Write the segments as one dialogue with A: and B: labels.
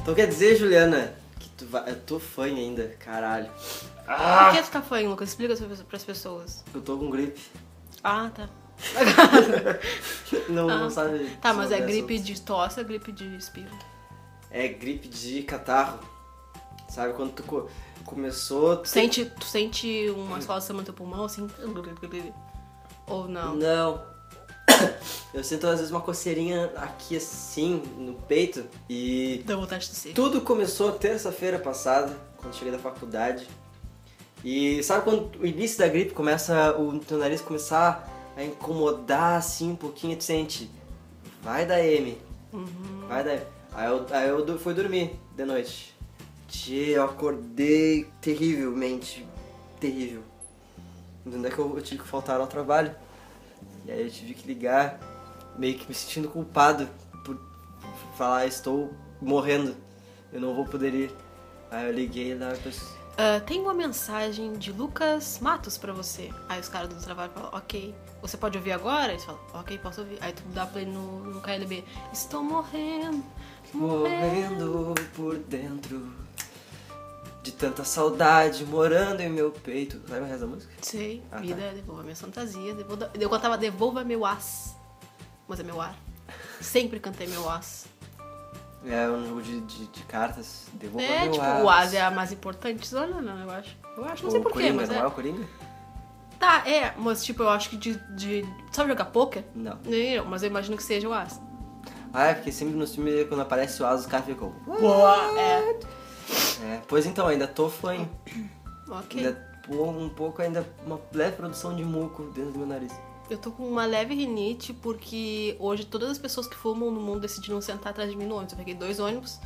A: Então quer dizer, Juliana, que tu vai. Eu tô fã ainda, caralho.
B: Por
C: Ah,
B: que tu tá fã, Lucas? Explica isso pras pessoas.
A: Eu tô com gripe.
B: Ah, tá.
A: Não,
B: Ah,
A: não sabe.
B: Tá, mas é
A: sobre
B: gripe
A: assunto.
B: de tosse, é gripe de espirro.
A: É gripe de catarro. Sabe quando tu co- começou.
B: Tu
A: tu-
B: sente, tu sente uma solução no teu pulmão, assim? Ou não?
A: Não. Eu sinto às vezes uma coceirinha aqui assim, no peito. E
B: Dá vontade de tossir.
A: Tudo começou terça-feira passada, quando cheguei da faculdade. E sabe quando o início da gripe começa, o teu nariz começar a incomodar assim um pouquinho, e tu sente, vai dar M, vai dar M. Aí eu, aí eu du- fui dormir de noite. Tchê, eu acordei terrivelmente, terrível. Onde é que eu, eu tive que faltar ao trabalho? E aí eu tive que ligar, meio que me sentindo culpado por falar, estou morrendo, eu não vou poder ir. Aí eu liguei lá e pensei,
B: Ah, tem uma mensagem de Lucas Matos pra você. Aí os caras do trabalho falam, ok. Você pode ouvir agora? Eles falam, ok, posso ouvir. Aí tu dá play no, no KLB. Estou morrendo.
A: morrendo por dentro de tanta saudade morando em meu peito. Sabe o resto da música?
B: Sei,
A: Ah, tá.
B: vida, devolva minhas fantasias. Devolva... Eu cantava Devolva meu as. Mas é meu ar. Sempre cantei meu as.
A: É um jogo de, de, de cartas, devolva
B: é,
A: meu
B: tipo,
A: ar.
B: o as é a mais importante zona, não, eu acho. Eu acho, não sei
A: Ou
B: porquê,
A: Coringa,
B: mas
A: não
B: é.
A: é o Coringa?
B: Tá, é, mas tipo, eu acho que de. de... Sabe jogar poker?
A: Não.
B: Não, mas eu imagino que seja o as.
A: Ah, é porque sempre nos filmes, quando aparece o as, os caras ficam...
B: É.
A: É, pois então, ainda tô fã. hein?
B: Ok.
A: Ainda pô, um pouco, ainda uma leve produção de muco dentro do meu nariz.
B: Eu tô com uma leve rinite porque hoje todas as pessoas que fumam no mundo decidiram sentar atrás de mim no ônibus. Eu peguei dois ônibus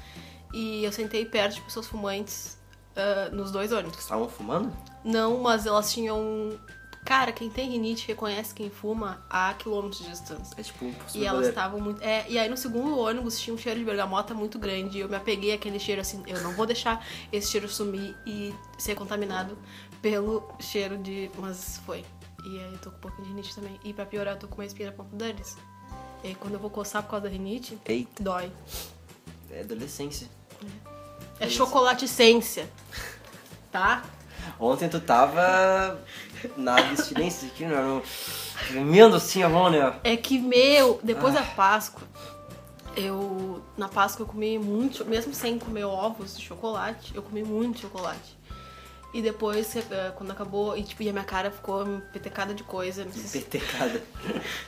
B: e eu sentei perto de pessoas fumantes ah, nos dois ônibus.
A: Estavam fumando?
B: Não, mas elas tinham. um, Cara, quem tem rinite reconhece quem fuma a quilômetros de distância.
A: É tipo um
B: E elas estavam muito. É, e aí no segundo ônibus tinha um cheiro de bergamota muito grande. E eu me apeguei àquele cheiro assim, eu não vou deixar esse cheiro sumir e ser contaminado pelo cheiro de. Mas foi. E aí eu tô com um pouquinho de rinite também. E pra piorar, eu tô com uma espinha na ponta do nariz. E aí quando eu vou coçar por causa da rinite,
A: Eita,
B: dói.
A: é adolescência.
B: É chocolate essência. Tá?
A: Ontem tu tava na abstinência aqui, né? No... Tremendo assim, a mão, né?
B: É que, meu, depois da Páscoa, eu. Na Páscoa eu comi muito, cho- mesmo sem comer ovos de chocolate, eu comi muito chocolate. E depois, eh, quando acabou, e, tipo, e a minha cara ficou petecada de coisa. me senti-
A: Petecada.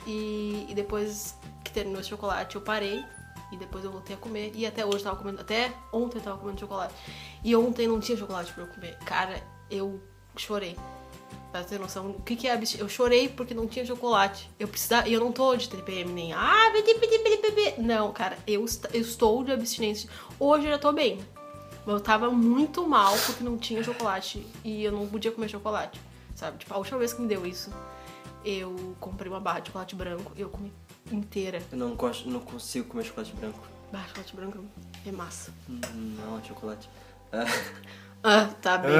B: E, e depois que terminou esse chocolate, eu parei. E depois eu voltei a comer. E até hoje eu tava comendo. Até ontem eu tava comendo chocolate. E ontem não tinha chocolate pra eu comer. Cara, eu chorei. Pra ter noção, o que, que é abstin- Eu chorei porque não tinha chocolate. Eu precisava. E eu não tô de TPM nem. Ah, pedi, pedi, pedi, pedi. Não, cara, eu, est- eu estou de abstinência. Hoje eu já tô bem. Mas eu tava muito mal porque não tinha chocolate. E eu não podia comer chocolate. Sabe? Tipo, a última vez que me deu isso, eu comprei uma barra de chocolate branco e eu comi inteira.
A: Eu não, gosto, não consigo comer chocolate branco.
B: Barra de chocolate branco é massa.
A: Hum, Não, é chocolate. Ah,
B: Ah, tá bem.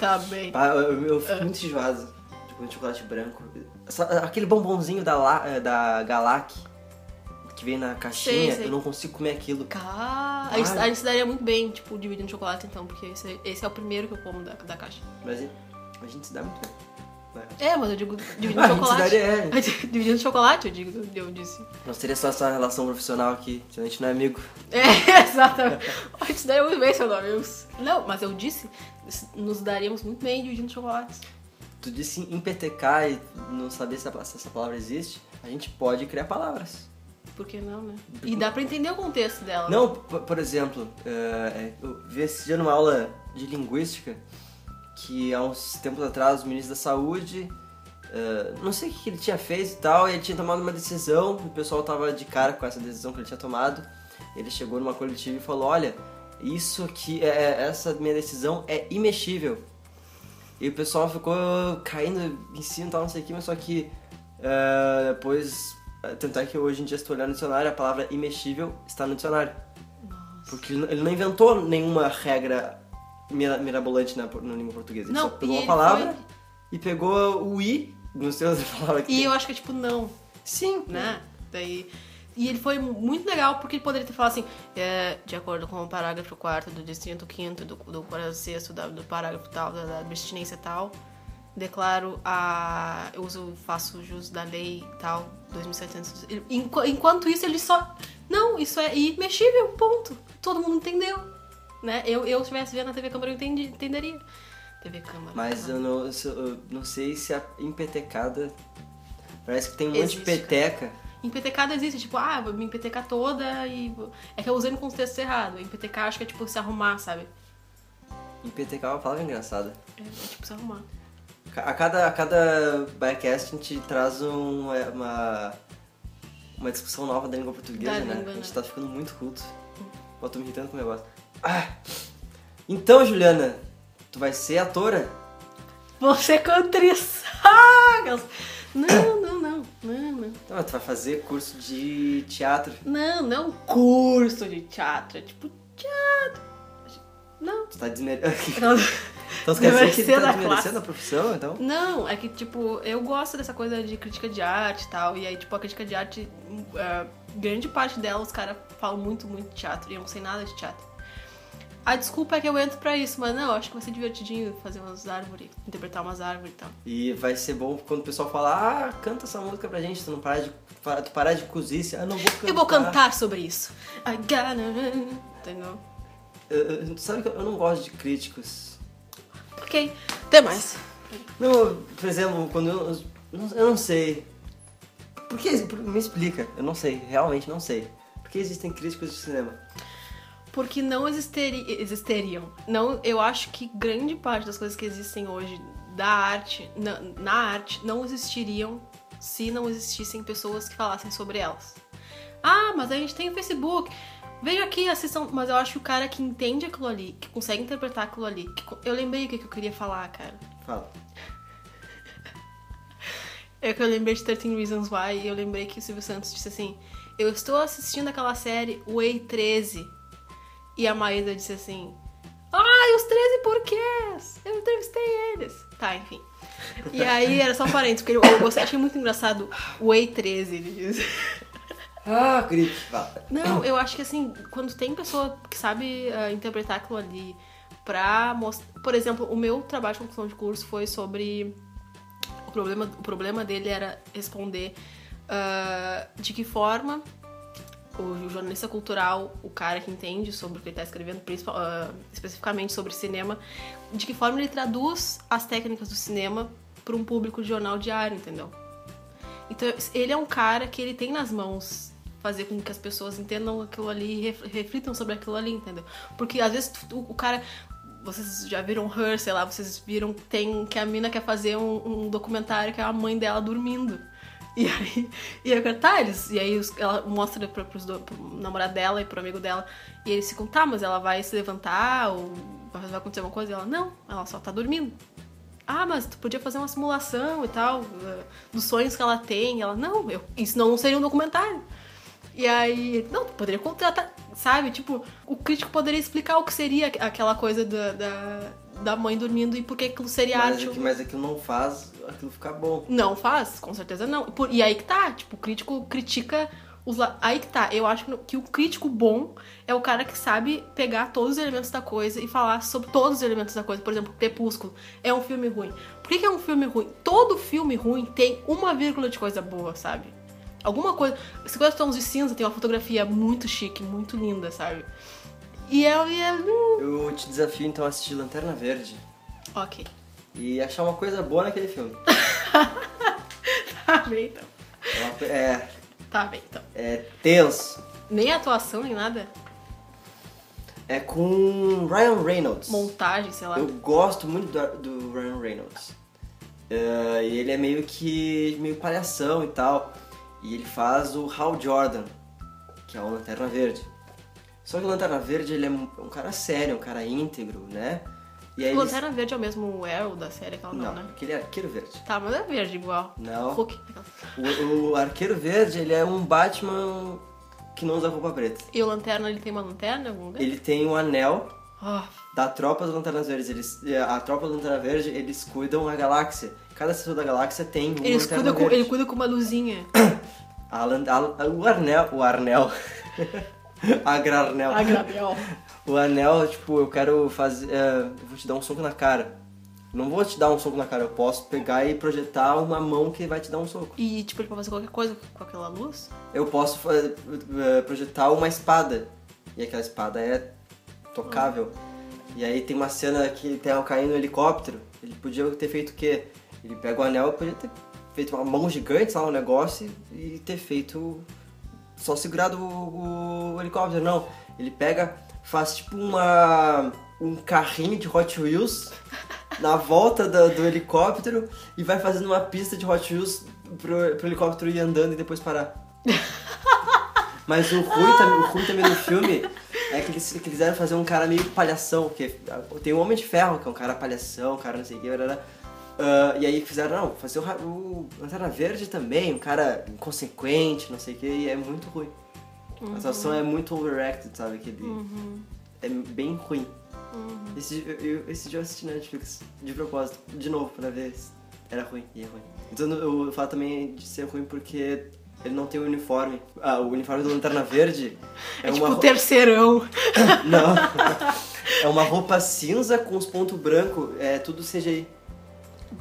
B: Tá bem.
A: pá, eu, eu fico muito enjoado de comer chocolate branco. Só- Aquele bombonzinho da, La- eh, da Galac que vem na caixinha,
B: sei.
A: eu não consigo comer aquilo.
B: Cara, a gente, a gente se daria muito bem, tipo, dividindo chocolate então, porque esse, esse é o primeiro que eu como da, da caixa.
A: Mas eh, a gente se dá muito bem. né?
B: É, mas eu digo dividindo
A: A gente se
B: chocolate.
A: daria, é.
B: dividindo chocolate, eu digo, eu disse.
A: Nós teria só essa relação profissional aqui, se a gente não é amigo.
B: É, exatamente. A gente se daria muito bem, seu nome. Eu- Não, mas eu disse, nos daríamos muito bem dividindo chocolates.
A: Tu disse em PTK e não saber se essa, se essa palavra existe, a gente pode criar palavras.
B: Por que não, né? E dá pra entender o contexto dela.
A: Não, p- por exemplo, eh, eu vi esse dia numa aula de linguística que há uns tempos atrás o ministro da saúde, eh, não sei o que que ele tinha feito e tal, e ele tinha tomado uma decisão, o pessoal tava de cara com essa decisão que ele tinha tomado. Ele chegou numa coletiva e falou, olha, isso aqui, é, é- essa minha decisão é imexível. E o pessoal ficou caindo em cima e tal, não sei o que, mas só que eh, depois. eh, Tanto é que hoje em dia, se tu olhar no dicionário, a palavra imexível está no dicionário. Porque ele ele não inventou nenhuma regra mira- mirabolante na, na língua portuguesa. Ele
B: Não,
A: só
B: e
A: pegou uma
B: ele
A: palavra
B: foi-
A: e pegou o i, não sei outra palavra que
B: E
A: tem.
B: eu acho que é tipo não,
A: Sim,
B: né? Daí E ele foi muito legal porque ele poderia ter falado assim, é, de acordo com o parágrafo 4 do distrito 5 do, do parágrafo 6 da- do parágrafo tal, da, da abstinência tal, declaro a. Eu uso, faço jus da lei tal, 2700. Ele- enqu- enquanto isso, ele só. Não, isso é imexível, ponto. Todo mundo entendeu. Né? Eu, eu estivesse vendo na TV Câmara, eu entendi, entenderia. TV Câmara. tá.
A: Mas eu
B: Câmara.
A: não, se- eu não sei se a empetecada. Parece que tem um monte de
B: Existe,
A: peteca.
B: Empetecada existe, tipo, ah, vou me empetecar toda e. vou- É que eu usei no contexto errado. Empetecar acho que é tipo se arrumar, sabe?
A: Empetecar é uma palavra engraçada.
B: É, é tipo se arrumar.
A: Ca- A cada, a cada bycast a gente traz um- é, uma, uma discussão nova da língua portuguesa,
B: Da
A: né?
B: língua,
A: a gente
B: né?
A: tá ficando muito culto. Eu tô me irritando com o negócio. Ah! Então, Juliana, tu vai ser atora?
B: Você cantriz! Ah, aquelas- Não, não, não, não, não.
A: Então, mas tu vai fazer curso de teatro.
B: Não, não curso de teatro. É tipo teatro. Não.
A: Tu tá desmerecendo.
B: Não,
A: então, tu quer dizer que
B: Desmerecendo
A: tu tá
B: a classe.
A: desmerecendo a profissão, então?
B: não, é que tipo, eu gosto dessa coisa de crítica de arte e tal. E aí, tipo, a crítica de arte, é, grande parte dela, os caras falam muito, muito de teatro. E eu não sei nada de teatro. A desculpa é que eu entro pra isso, mas não, eu acho que vai ser divertidinho fazer umas árvores, interpretar umas árvores e tal.
A: E vai ser bom quando o pessoal falar, ah, canta essa música pra gente, tu não parar de, para- tu parar de cozir, se- ah, não vou cantar.
B: Eu vou cantar sobre isso. I gotta... Entendeu?
A: Eu- eu- tu sabe que eu eu não gosto de críticos.
B: Ok, até mais.
A: Não, eu- por exemplo, quando eu, eu não- eu não sei. Por que, por- me explica, eu não sei, realmente não sei. Por que existem críticos de cinema?
B: Porque não existeri- existeriam. Não, eu acho que grande parte das coisas que existem hoje da arte, na, na arte, não existiriam se não existissem pessoas que falassem sobre elas. Ah, mas a gente tem o Facebook. Veja aqui, assistam. Mas eu acho que o cara que entende aquilo ali, que consegue interpretar aquilo ali. que co- eu lembrei o que, que eu queria falar, cara.
A: Fala.
B: É que eu lembrei de 13 Reasons Why e eu lembrei que o Silvio Santos disse assim: Eu estou assistindo aquela série Way 13. E a Maísa disse assim: Ai, os 13 porquês! Eu entrevistei eles. Tá, enfim. E aí era só um parênteses, porque eu, eu gostei, achei muito engraçado Way 13, ele diz.
A: Ah, gripe, fala.
B: Não, eu acho que assim, quando tem pessoa que sabe ah, interpretar aquilo ali pra mostrar. Por exemplo, o meu trabalho de conclusão de curso foi sobre. O problema, o problema dele era responder ah, de que forma o jornalista cultural, o cara que entende sobre o que ele está escrevendo, principal- ah, especificamente sobre cinema, de que forma ele traduz as técnicas do cinema para um público de jornal diário, entendeu? Então, ele é um cara que ele tem nas mãos fazer com que as pessoas entendam aquilo ali e ref- reflitam sobre aquilo ali, entendeu? Porque às vezes tu- tu- o cara. Vocês já viram Her, sei lá, vocês viram que tem, que a mina quer fazer um, um documentário que é a mãe dela dormindo. E aí, e aí o cara, tá, eles, e aí os- ela mostra pra, pros do, pro namorado dela e pro amigo dela, e eles ficam, tá, mas ela vai se levantar ou vai vai acontecer alguma coisa? E ela, não, ela só tá dormindo ah, mas tu podia fazer uma simulação e tal, eh, dos sonhos que ela tem. Ela, não, eu, isso não seria um documentário. E aí, não, tu poderia contratar, sabe? Tipo, o crítico poderia explicar o que seria aqu- aquela coisa da, da, da mãe dormindo e por que aquilo seria
A: Mas, é
B: arte.
A: aqui, mas aquilo não faz aquilo ficar bom.
B: Não faz, com certeza não. Por- e aí que tá, tipo, o crítico critica os la... Aí que tá, eu acho que no- que o crítico bom é o cara que sabe pegar todos os elementos da coisa e falar sobre todos os elementos da coisa. Por exemplo, Crepúsculo é um filme ruim. Por que, que é um filme ruim? Todo filme ruim tem uma vírgula de coisa boa, sabe? Alguma coisa. 50 tons de cinza tem uma fotografia muito chique, muito linda, sabe? E é. E é... hum,
A: Eu te desafio então a assistir Lanterna Verde
B: Ok.
A: e achar uma coisa boa naquele filme.
B: Tá bem então.
A: É uma co- É,
B: Tá bem então.
A: é tenso.
B: Nem atuação, nem nada.
A: É com Ryan Reynolds.
B: Montagem, sei lá.
A: Eu gosto muito do, do Ryan Reynolds. Eh, e ele é meio que. meio palhação e tal. E ele faz o Hal Jordan, que é o Lanterna Verde. Só que o Lanterna Verde ele é um, um cara sério, um cara íntegro, né? E aí
B: O
A: ele-
B: Lanterna Verde é o mesmo Arrow da série, aquela não,
A: Não,
B: né?
A: aquele é arqueiro verde.
B: Tá, mas é verde igual.
A: Não.
B: Hulk. aquela.
A: O, o arqueiro verde ele é um Batman que não usa roupa preta.
B: E o Lanterna, ele tem uma lanterna em algum lugar?
A: Ele tem um anel
B: Ah,
A: da tropa dos Lanternas Verdes. Eles, eh, a tropa do Lanterna Verde, eles cuidam a galáxia. Cada setor da galáxia tem um
B: eles
A: Lanterna
B: cuidam com,
A: Verde.
B: ele cuida com uma luzinha.
A: Alan, Alan- o Arnel, o Arnel,
B: Ah,
A: Agrarnel,
B: Agrabel.
A: o Anel, tipo, eu quero fazer, é, eu vou te dar um soco na cara. Não vou te dar um soco na cara, eu posso pegar e projetar uma mão que vai te dar um soco.
B: E, tipo, ele pode fazer qualquer coisa com aquela luz.
A: Eu posso fa- eh, projetar uma espada. E aquela espada é tocável. E aí tem uma cena que tem ela caindo no helicóptero. Ele podia ter feito o quê? Ele pega o anel, podia ter feito uma mão gigante, lá um negócio, e ter feito. Só segurado o, o helicóptero. Não. Ele pega, faz tipo uma. um carrinho de Hot Wheels na volta da- do helicóptero e vai fazendo uma pista de Hot Wheels pro, pro helicóptero ir andando e depois parar. Mas o ruim, tam- o ruim também do filme é que eles que quiseram fazer um cara meio palhação, que é, tem o Homem de Ferro, que é um cara palhação, um cara não sei o que, barará. Ah, e aí fizeram, não, fazer o, ra- o Lanterna Verde também, um cara inconsequente, não sei o que, e é muito ruim.
B: Uhum.
A: A atuação é muito overacted, sabe? Que ele É bem ruim.
B: Uhum.
A: Esse, dia- eu, eu- esse dia eu assisti na Netflix, de propósito, de novo, pra ver se era ruim, e é ruim. Então eu eu falo também de ser ruim porque ele não tem o uniforme. Ah, o uniforme do Lanterna Verde
B: É, tipo
A: uma
B: o terceirão.
A: não. É uma roupa cinza com os pontos brancos, é tudo CGI.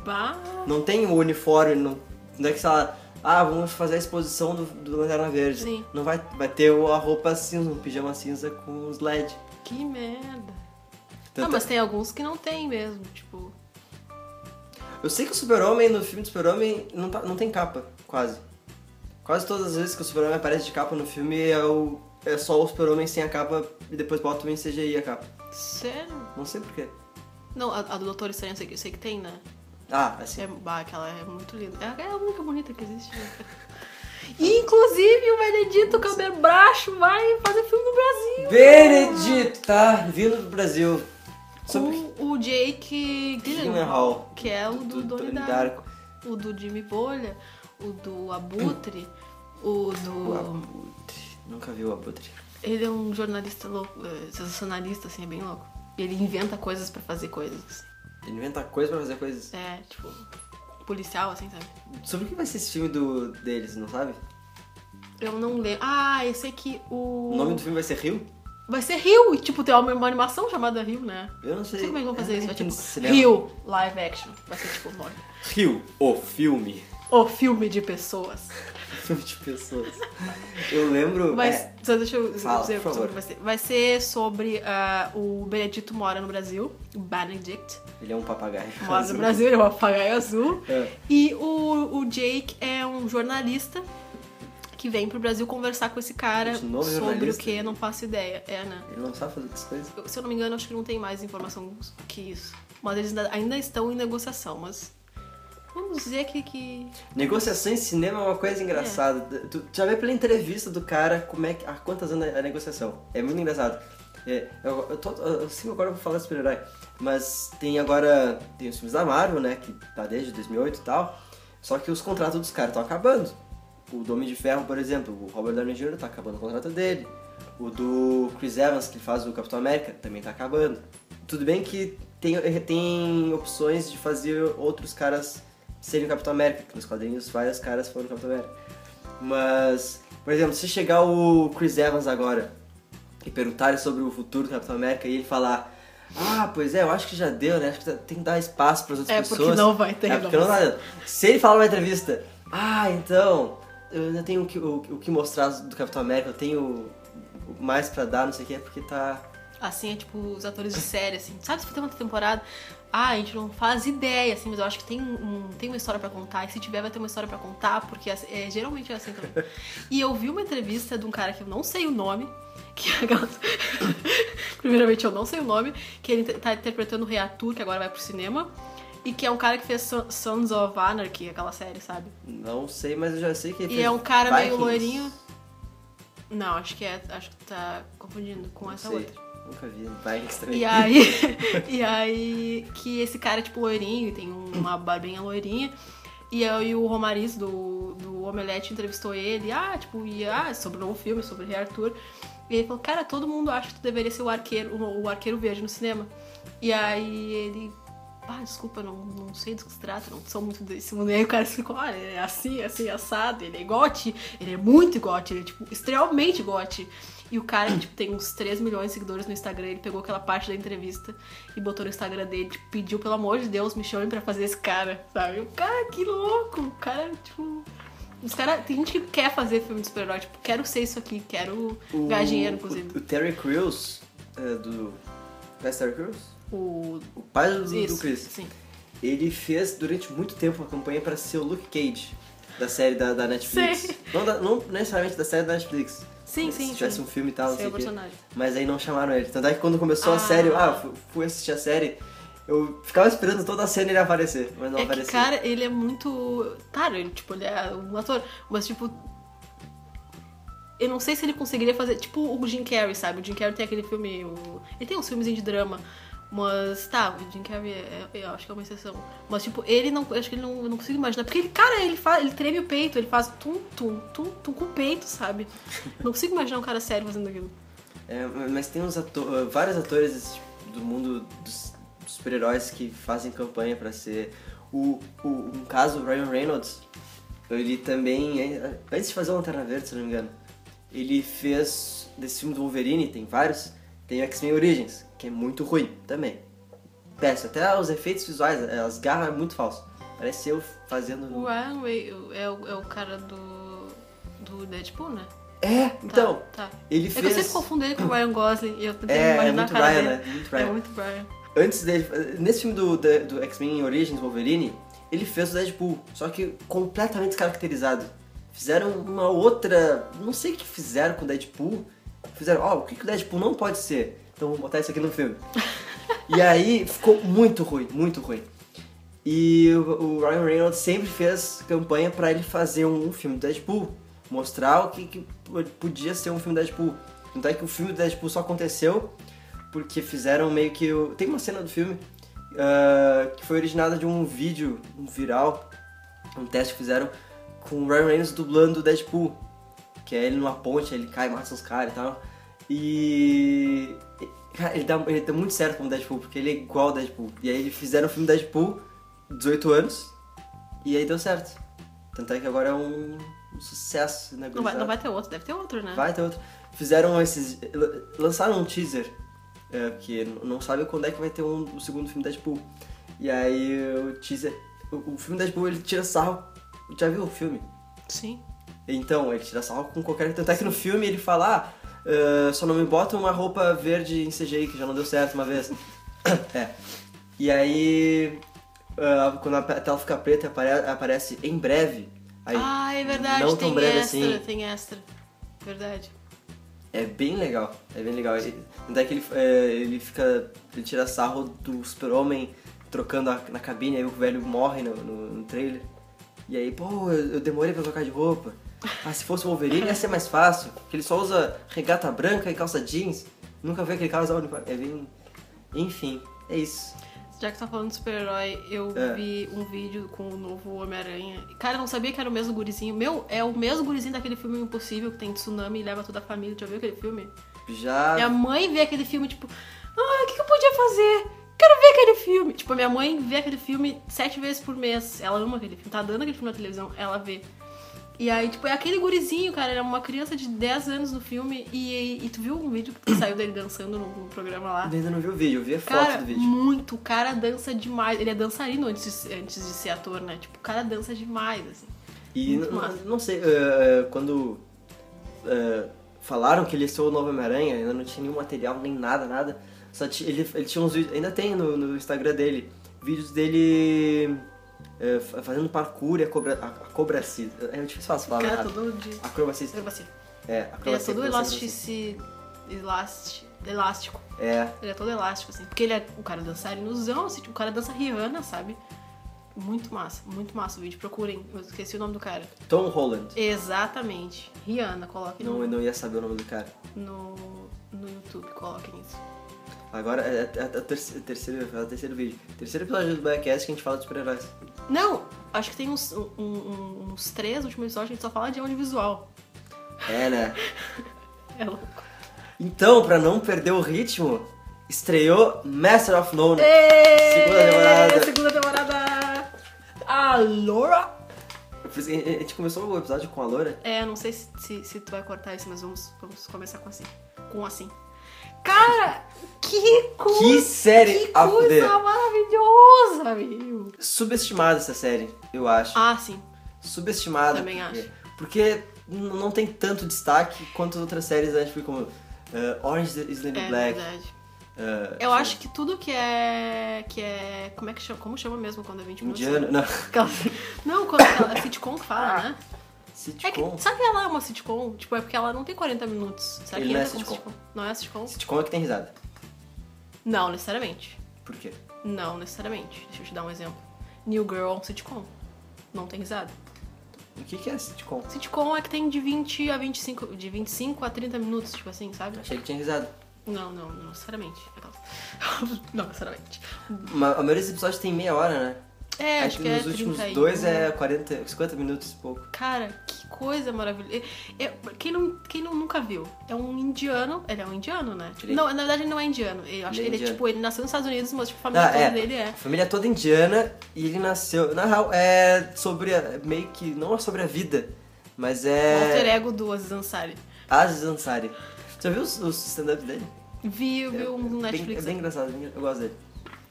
B: Bah.
A: Não tem o uniforme, não, não é que sei lá, ah, vamos fazer a exposição do, do Lanterna Verde.
B: Sim.
A: Não vai, vai ter o- a roupa cinza, um pijama cinza com os LED.
B: Que merda.
A: Tanto-
B: Ah, mas tem alguns que não tem mesmo, tipo.
A: Eu sei que o Super-Homem, no filme do Super-Homem, não, tá- não tem capa, quase. Quase todas as vezes que o Super-Homem aparece de capa no filme é, o, é só o Super-Homem sem a capa e depois bota em CGI a capa.
B: Sério?
A: Não sei porquê.
B: Não, a, a do Doutor Estranho eu sei, que- eu sei que tem, né?
A: Ah, assim.
B: É, bah, aquela é muito linda. É a única bonita que existe. né? E, inclusive, o Benedito Cumberbatch vai fazer filme no Brasil.
A: Benedito, tá? Vindo do Brasil. Sobre-
B: Com o Jake
A: Gyllenhaal,
B: Gyllenhaal, que é o do,
A: do
B: Donnie
A: Donnie
B: Darko. O do Jimmy Bolha, o do Abutre, o
A: O
B: do...
A: Abutre. Nunca vi o Abutre.
B: Ele é um jornalista louco, é, sensacionalista, assim, é bem louco. E ele inventa coisas pra fazer coisas.
A: Ele inventa coisa pra fazer coisas.
B: É, tipo, policial, assim, sabe?
A: Sobre o que vai ser esse filme do, deles, não sabe?
B: Eu não lembro. Ah, eu sei que o...
A: O nome do filme vai ser Rio?
B: Vai ser Rio, e, tipo, tem uma uma animação chamada Rio, né?
A: Eu não
B: Não
A: sei.
B: sei como é que vão fazer isso, vai
A: Tem
B: tipo,
A: cinema.
B: Rio Live Action. Vai ser, tipo, o nome.
A: Rio, o filme.
B: O filme de pessoas.
A: Filme de pessoas. Eu lembro.
B: Mas,
A: é,
B: só deixa eu
A: Fala,
B: dizer
A: por
B: sobre
A: favor.
B: vai ser. Vai ser sobre ah, o Benedito mora no Brasil, o Benedict
A: ele é um papagaio.
B: mora
A: azul.
B: no Brasil, ele é um papagaio azul.
A: É.
B: E o, o Jake é um jornalista que vem pro Brasil conversar com esse cara
A: De novo
B: sobre o
A: jornalista?
B: que, não faço ideia. É, né?
A: Ele não sabe fazer essas coisas.
B: Eu- se eu não me engano, acho que não tem mais informação que isso. Mas eles ainda, ainda estão em negociação, mas vamos dizer que. que...
A: Negociação em cinema é uma coisa engraçada. Tu já vê pela entrevista do cara como é que. Há quantas anos é a negociação? É muito engraçado. É, eu, eu, tô, eu sei que agora eu vou falar de super-herói, mas tem agora. Tem os filmes da Marvel, né? Que tá desde 2008 e tal. Só que os contratos dos caras estão acabando. O do Homem de Ferro, por exemplo, o Robert Downey Jr. tá acabando o contrato dele. O do Chris Evans, que faz o Capitão América, também tá acabando. Tudo bem que tem, tem opções de fazer outros caras serem o Capitão América, que nos quadrinhos vários caras foram o Capitão América. Mas, por exemplo, se chegar o Chris Evans agora e perguntarem sobre o futuro do Capitão América e ele falar. Ah, pois é, eu acho que já deu, né? Acho que tem que dar espaço para outras
B: É, porque
A: pessoas.
B: não vai ter
A: É, porque não tá dando. Se ele falar numa entrevista, ah, então, eu ainda tenho o que, o, o que mostrar do Capitão América, eu tenho mais pra dar, não sei o que, é porque tá.
B: Assim, é tipo os atores de série, assim. Sabe se tem uma temporada? Ah, a gente não faz ideia, assim, mas eu acho que tem, um, tem uma história pra contar. E se tiver, vai ter uma história pra contar, porque assim, é, geralmente é assim também. E eu vi uma entrevista de um cara que eu não sei o nome, que é aquela- Primeiramente, eu não sei o nome, que ele tá interpretando o Reatur, que agora vai pro cinema. E que é um cara que fez Son- Sons of Anarchy, aquela série, sabe?
A: Não sei, mas eu já sei que ele
B: E
A: fez
B: é um cara meio
A: Vikings.
B: loirinho. Não, acho que é. Acho que tá confundindo com
A: Não
B: essa
A: sei,
B: outra.
A: Nunca vi né? Vikings também.
B: E aí, e aí que esse cara é tipo loirinho, e tem uma barbinha loirinha. E aí o Romariz do, do Omelete entrevistou ele, ah, tipo, e, ah, sobre um novo filme, sobre o Rei Arthur. E ele falou, cara, todo mundo acha que tu deveria ser o arqueiro, o, o arqueiro verde no cinema. E aí ele. ah, desculpa, não, não sei do que se trata, não sou muito desse mundo. E aí o cara ficou, olha, ele é assim, assim, assado, ele é gote, ele é muito gote, ele é, tipo, extremamente gote. E o cara, que, tipo, tem uns 3 milhões de seguidores no Instagram, ele pegou aquela parte da entrevista e botou no Instagram dele, tipo, pediu, pelo amor de Deus, me chamem pra fazer esse cara, sabe? O cara, que louco! O cara, tipo... Os cara, tem gente que quer fazer filme de super-herói, tipo, quero ser isso aqui, quero ganhar dinheiro, inclusive.
A: O, o Terry Crews, é, do. Parece Terry Crews?
B: O...
A: O pai do, do
B: Isso,
A: Chris.
B: sim.
A: Ele fez durante muito tempo uma campanha pra ser o Luke Cage da série da, da Netflix.
B: Sei.
A: Não, da- não necessariamente da série da Netflix.
B: Sim,
A: se
B: sim,
A: tivesse
B: sim.
A: um filme e tal, não
B: Ser
A: sei
B: o
A: o quê.
B: personagem.
A: Mas aí não chamaram ele. Tanto é que quando começou
B: Ah.
A: a série, eu- ah, fu- fui assistir a série, eu ficava esperando toda a cena ele aparecer, mas não
B: é que,
A: apareceu.
B: cara, ele é muito. Claro, ele, tipo, ele é um ator, mas, tipo. Eu não sei se ele conseguiria fazer. Tipo o Jim Carrey, sabe? O Jim Carrey tem aquele filme. o- Ele tem uns filmezinhos de drama. Mas, tá, o Jim Carrey, é- é- eu acho que é uma exceção. Mas, tipo, ele não. eu Acho que ele não, eu não consigo imaginar. Porque ele, cara, ele, faz, ele treme o peito, ele faz tum, tum, tum, tum com o peito, sabe? Não consigo imaginar um cara sério fazendo aquilo.
A: É, mas tem uns ato- eh, vários atores tipo do mundo dos dos super-heróis que fazem campanha pra ser. O, o, um caso, o Ryan Reynolds, ele também, eh, antes de fazer o Lanterna Verde, se não me engano, ele fez desse filme do Wolverine, tem vários, tem o X-Men Origins, que é muito ruim também. Péssimo, até os efeitos visuais, eh, as garras é muito falso. Parece eu fazendo.
B: O Ryan Way é o, é o cara do. do Deadpool, né?
A: É, então,
B: Tá. tá.
A: ele
B: É que eu
A: fez.
B: sempre confundo ele com o Ryan Gosling e eu tentei
A: É, é
B: imaginar
A: muito
B: a cara
A: Ryan,
B: dele.
A: né? Muito Ryan.
B: É muito Brian.
A: Antes dele. Nesse filme do, da- do X-Men Origins Wolverine, ele fez o Deadpool, só que completamente descaracterizado. Fizeram uma outra. Não sei o que fizeram com o Deadpool. Fizeram, ó, o que, que o Deadpool não pode ser? Então vamos botar isso aqui no filme. e aí ficou muito ruim, muito ruim. E o, o Ryan Reynolds sempre fez campanha pra ele fazer um, filme do Deadpool. Mostrar o que, que p- podia ser um filme do Deadpool. Tanto é que o filme do Deadpool só aconteceu porque fizeram meio que. o- Tem uma cena do filme ah, que foi originada de um vídeo um viral, um teste que fizeram com o Ryan Reynolds dublando o Deadpool. Que é ele numa ponte, ele cai, mata os caras e tal. E. e- Cara, ele dá, ele dá muito certo como Deadpool, porque ele é igual ao Deadpool. E aí eles fizeram o filme Deadpool, 18 anos, e aí deu certo. Tanto é que agora é um, um sucesso, né?
B: Não vai,
A: gurizada?
B: não vai ter outro, deve ter outro, né?
A: Vai ter outro. Fizeram esses. la- Lançaram um teaser, é, porque n- não sabe quando é que vai ter um, o segundo filme Deadpool. E aí o teaser. O, o filme Deadpool ele tira sarro. Já viu o filme?
B: Sim.
A: Então, ele tira sarro com qualquer. Tanto é que no filme ele fala: ah, eh, só não me bota uma roupa verde em CGI, que já não deu certo uma vez. é. E aí. ah, quando a pe- tela fica preta, apare- aparece em breve. Aí,
B: ah, é verdade,
A: Não
B: tem
A: tão breve
B: extra,
A: assim.
B: tem extra. Verdade.
A: É bem legal, é bem legal. Ele- Tanto é que ele, é, ele fica. Ele tira sarro do super-homem trocando a- na cabine, aí o velho morre no, no, no trailer. E aí, pô, eu, eu demorei pra trocar de roupa. Ah, se fosse o Wolverine ia ser mais fácil, porque ele só usa regata branca e calça jeans. Nunca vi aquele cara usar uniforme. É bem. Enfim, é isso.
B: Já que tá falando de super-herói, eu
A: É.
B: vi um vídeo com o novo Homem-Aranha. E, Cara, eu não sabia que era o mesmo gurizinho. Meu, é o mesmo gurizinho daquele filme Impossível que tem tsunami e leva toda a família. Já viu aquele filme?
A: Já.
B: Minha mãe vê aquele filme, tipo, ah, o que, que eu podia fazer? Quero ver aquele filme. Tipo, minha mãe vê aquele filme sete vezes por mês. Ela ama aquele filme, tá dando aquele filme na televisão, ela vê. E aí, tipo, é aquele gurizinho, cara, ele é uma criança de 10 anos no filme. E, e tu viu um vídeo que saiu dele dançando no, no programa lá?
A: Eu ainda não vi o vídeo, eu vi a foto
B: Cara,
A: do vídeo.
B: muito. O cara dança demais. Ele é dançarino antes de, ser- antes de ser ator, né? Tipo, o cara dança demais, assim.
A: E
B: Muito
A: n-
B: massa.
A: n- não sei, eh, quando eh, falaram que ele ia ser o novo Homem-Aranha, ainda não tinha nenhum material, nem nada, nada. Só ti- ele, ele tinha uns vídeos, ainda tem no, no Instagram dele, vídeos dele eh, fa- fazendo parkour e acobra, a- acrobacia. É difícil falar essa
B: O
A: palavra
B: cara tá
A: errada.
B: todo de.
A: Acrobacia.
B: Acrobacia.
A: É,
B: Ele é
A: acrobacia.
B: todo
A: acrobacia,
B: elastici... elasti-
A: assim.
B: elástico.
A: acrobacia. É,
B: Ele é todo elástico, assim. Porque ele é o cara dançarinozão, assim, tipo, o cara dança Rihanna, sabe? Muito massa, muito massa o vídeo. Procurem, eu esqueci o nome do cara.
A: Tom Holland.
B: Exatamente. Rihanna, coloquem
A: Não,
B: no,
A: eu não ia saber o nome do cara.
B: no, no YouTube, coloquem isso.
A: Agora, é, é, é o terce- terceiro, é o terceiro vídeo. Terceiro episódio do Biocast que a gente fala de super-heróis.
B: Não, acho que tem uns, um- um- uns três últimos episódios que a gente só fala de audiovisual.
A: É, né?
B: É louco.
A: Então, pra não perder o ritmo, estreou Master of
B: É.
A: None. Segunda temporada.
B: Segunda temporada. A Laura.
A: Por isso que A gente começou o episódio com a loira.
B: É, não sei se, se, se tu vai cortar isso, mas vamos, vamos começar com assim. Com assim. Cara, que coisa.
A: Que série
B: que
A: a
B: coisa
A: fuder.
B: maravilhosa, meu.
A: Subestimada essa série, eu acho.
B: Ah, sim.
A: Subestimada.
B: Também
A: porque, Porque n- não tem tanto destaque quanto as outras séries da Netflix, como eh, Orange is the New
B: É
A: Black.
B: verdade.
A: eh,
B: Eu acho que tudo que é. que é. Como é que chama? Como chama mesmo quando é 20 minutos?
A: Indiana. Não,
B: Aquela- Não, quando aquela é sitcom que fala, né? É
A: sitcom.
B: que, sabe que ela é uma sitcom? Tipo, é porque ela não tem 40 minutos. Será
A: Ele
B: que
A: não
B: entra
A: é
B: como
A: sitcom.
B: Não é sitcom?
A: Sitcom é que tem risada.
B: Não, necessariamente.
A: Por quê?
B: Não, necessariamente. Deixa eu te dar um exemplo. New Girl é um sitcom. Não tem risada.
A: O que, que é sitcom?
B: Sitcom é que tem de 20 a 25. De 25 a 30 minutos, tipo assim, sabe?
A: Achei que tinha risada.
B: Não, não, não necessariamente. Aquelas- não, necessariamente.
A: Ma- a maioria dos episódios tem meia hora, né?
B: É,
A: Aí
B: acho que é
A: nos últimos
B: 31.
A: dois é 40, 50 minutos e pouco.
B: Cara, que coisa maravilhosa. É- é- quem, não, quem não, nunca viu? É um indiano. Ele é um indiano, né?
A: Ele-
B: Não, na verdade ele não é indiano. Eu
A: Ele é
B: acho que ele é
A: indiano.
B: tipo, ele nasceu nos Estados Unidos, mas tipo, a família
A: Ah,
B: toda
A: é.
B: dele é.
A: A família toda indiana e ele nasceu. Na real, é sobre. A, meio que. Não é sobre a vida, mas
B: O alter
A: é.
B: ego do Aziz Ansari.
A: Aziz Ansari. Você viu os, os stand-ups dele?
B: Viu, viu um
A: É bem,
B: Netflix.
A: é bem engraçado, bem- eu gosto dele.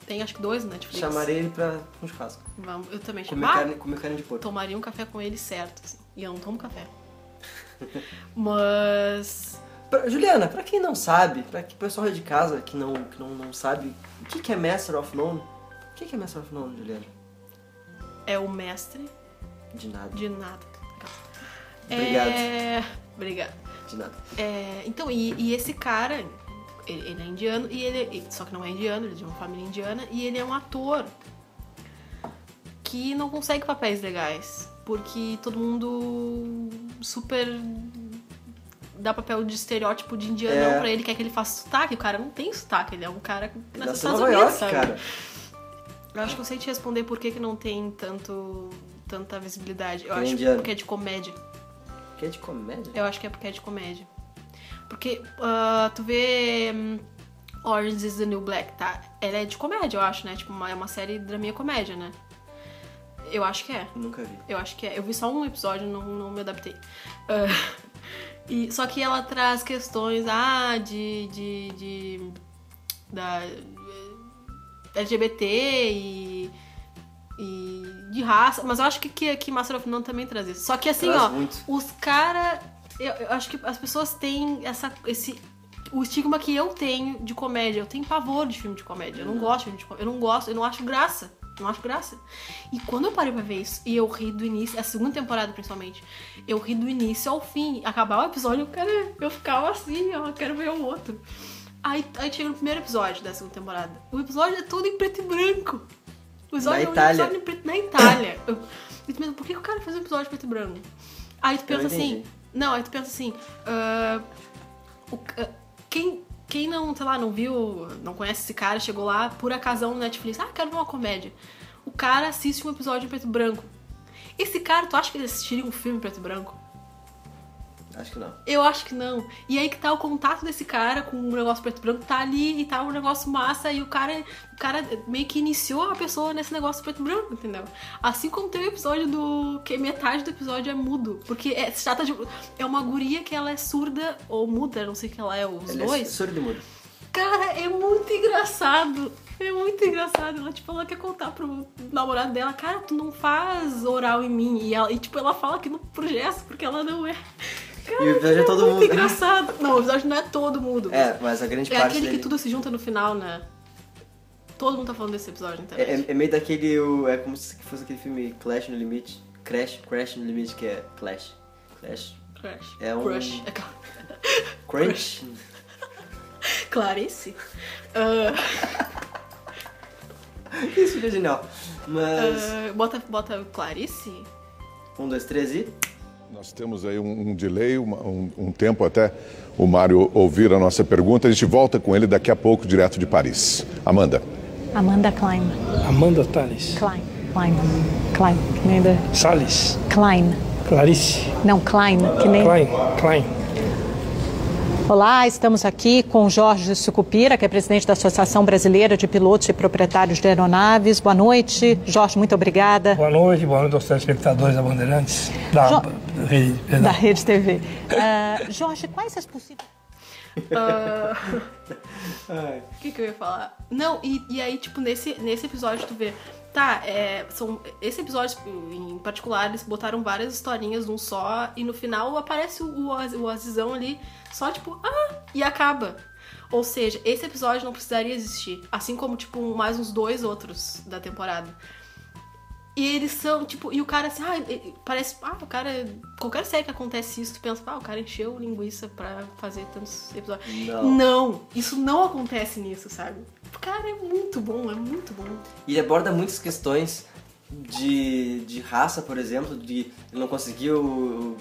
B: Tem acho que dois no Netflix.
A: Chamarei ele pra um churrasco.
B: Vamos, eu também
A: Comer,
B: chamar.
A: carne, comer carne de porco.
B: Tomaria um café com ele certo. assim. E eu não tomo café. Mas.
A: Pra- Juliana, pra quem não sabe, pra que o pessoal aí de casa que não, que não, não sabe, o que, que é Master of None? O que, que é Master of None, Juliana?
B: É o mestre
A: De nada.
B: de nada.
A: Obrigado.
B: É... Obrigado.
A: De nada.
B: É, então, e, e esse cara, ele, ele é indiano, e ele, e- só que não é indiano, ele é de uma família indiana, e ele é um ator que não consegue papéis legais, porque todo mundo super dá papel de estereótipo de indianão
A: É.
B: pra ele, quer que ele faça sotaque, o cara não tem sotaque, ele é um cara que nasceu
A: Nasceu em
B: nos Estados
A: Nova York,
B: Unidos, sabe?
A: cara.
B: Eu acho que eu sei te responder por que, que não tem tanto tanta visibilidade. Eu
A: Ele é
B: acho
A: indiano.
B: porque é de comédia.
A: Que é de comédia?
B: Eu acho que é porque é de comédia. Porque ah, tu vê hum, Orange is the New Black, tá? Ela é de comédia, eu acho, né? Tipo, uma- é uma série draminha comédia, né? Eu acho que é.
A: Nunca vi.
B: Eu acho que é. Eu vi só um episódio, não, não me adaptei. Ah, e, só que ela traz questões, ah, de. de. de da eh, LGBT e. e de raça. Mas eu acho que, que, que Master of None também traz isso. Só que assim,
A: Traz
B: ó,
A: muito.
B: os caras. Eu, eu acho que as pessoas têm essa, esse. O estigma que eu tenho de comédia. Eu tenho pavor de filme de comédia. Eu
A: Hum.
B: não gosto de filme de comédia. Eu não gosto, eu não acho graça. Não acho graça. E quando eu parei pra ver isso, e eu ri do início, é a segunda temporada principalmente, eu ri do início ao fim. Acabar o episódio, eu, cara, eu ficava assim, ó, eu quero ver o outro. Aí, aí chega no primeiro episódio da segunda temporada. O episódio é todo em preto e branco. O episódio é um
A: Itália.
B: episódio em preto na Itália. Eu, eu penso, por que que o cara fez um episódio preto e branco? Aí tu
A: Eu
B: pensa assim.
A: entendi.
B: Não, aí tu pensa assim. ah, o ca- quem, quem não, sei lá, não viu, não conhece esse cara, chegou lá por acasão no Netflix, ah, quero ver uma comédia. O cara assiste um episódio em preto e branco. Esse cara, tu acha que ele assistiria um filme em preto e branco?
A: Acho que não.
B: Eu acho que não. E aí que tá o contato desse cara com o negócio preto e branco, tá ali e tá um negócio massa, e o cara, o cara meio que iniciou a pessoa nesse negócio preto e branco, entendeu? Assim como tem o episódio do. que metade do episódio é mudo. Porque é, se trata de. É uma guria que ela é surda ou muda, não sei o que ela é, os
A: Ele é
B: dois.
A: surdo e mudo.
B: Cara, é muito engraçado. É muito engraçado. Ela, tipo, ela quer contar pro namorado dela, cara, tu não faz oral em mim. E, ela, e tipo, ela fala aquilo pro gesto, porque ela não é. Cara,
A: E o episódio é todo
B: muito
A: mundo.
B: engraçado. Não, o episódio não é todo mundo.
A: É, mas a grande
B: É
A: parte
B: aquele
A: dele...
B: que tudo se junta no final, né? Todo mundo tá falando desse episódio, então.
A: É, é- é meio daquele... o- É como se fosse aquele filme Clash no Limite. Crash, Crash no Limite, que é Clash. Clash.
B: Crush.
A: é um-
B: Crush. É claro.
A: Crunch.
B: Clarice. Ah,
A: Isso é genial. Mas...
B: ah, bota, bota Clarice? Ah.
A: Um, dois, três e...
C: Nós temos aí um, um delay, uma- um, um tempo até o Mário ouvir a nossa pergunta. A gente volta com ele daqui a pouco, direto de Paris. Amanda.
D: Amanda Klein.
E: Amanda Tales.
D: Klein. Klein. Klein. Que nem da...
E: Sales.
D: Klein.
E: Clarice.
D: Não, Klein. Que nem...
E: Klein. Klein.
D: Olá, estamos aqui com Jorge Sucupira, que é presidente da Associação Brasileira de Pilotos e Proprietários de Aeronaves. Boa noite. Jorge, muito obrigada.
E: Boa noite, boa noite aos telespectadores da Bandeirantes, da
D: Jo-
E: Rede, perdão.
D: Da Rede TV. Ah, Jorge, quais as possíveis.
B: O Ah. que, que eu ia falar? Não, e, e aí, tipo, nesse, nesse episódio tu vê. Tá, é, são, esse episódio tipo, em particular, eles botaram várias historinhas num só, e no final aparece o, o, Oz- o Azizão ali, só tipo, ah, e acaba. Ou seja, esse episódio não precisaria existir. Assim como, tipo, mais uns dois outros da temporada. E eles são, tipo, e o cara assim, ah, ele- parece, ah, o cara, qualquer série que acontece isso, tu pensa, ah, o cara encheu linguiça pra fazer tantos episódios.
A: Não.
B: Não, isso não acontece nisso, sabe? O cara é muito bom, é muito bom.
A: E ele aborda muitas questões de, de raça, por exemplo, de ele não conseguir o,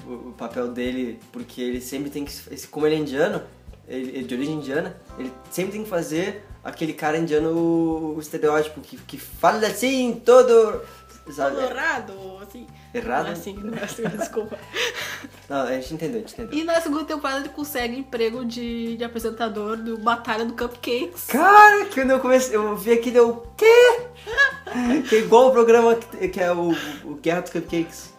A: o- o papel dele porque ele sempre tem que. se- esse- Como ele é indiano, ele, ele é de origem indiana, ele sempre tem que fazer aquele cara indiano o, o estereótipo que, que fala assim, todo. Sabe?
B: Colorado, assim.
A: Errado?
B: Não é assim, não é assim, desculpa.
A: Não, a gente entendeu, a gente entendeu.
B: E na segunda temporada ele consegue emprego de, de apresentador do Batalha do Cupcakes.
A: Cara, que quando eu comecei, eu vi aqui deu o quê? Que é igual o programa que, que é o, o Guerra dos Cupcakes.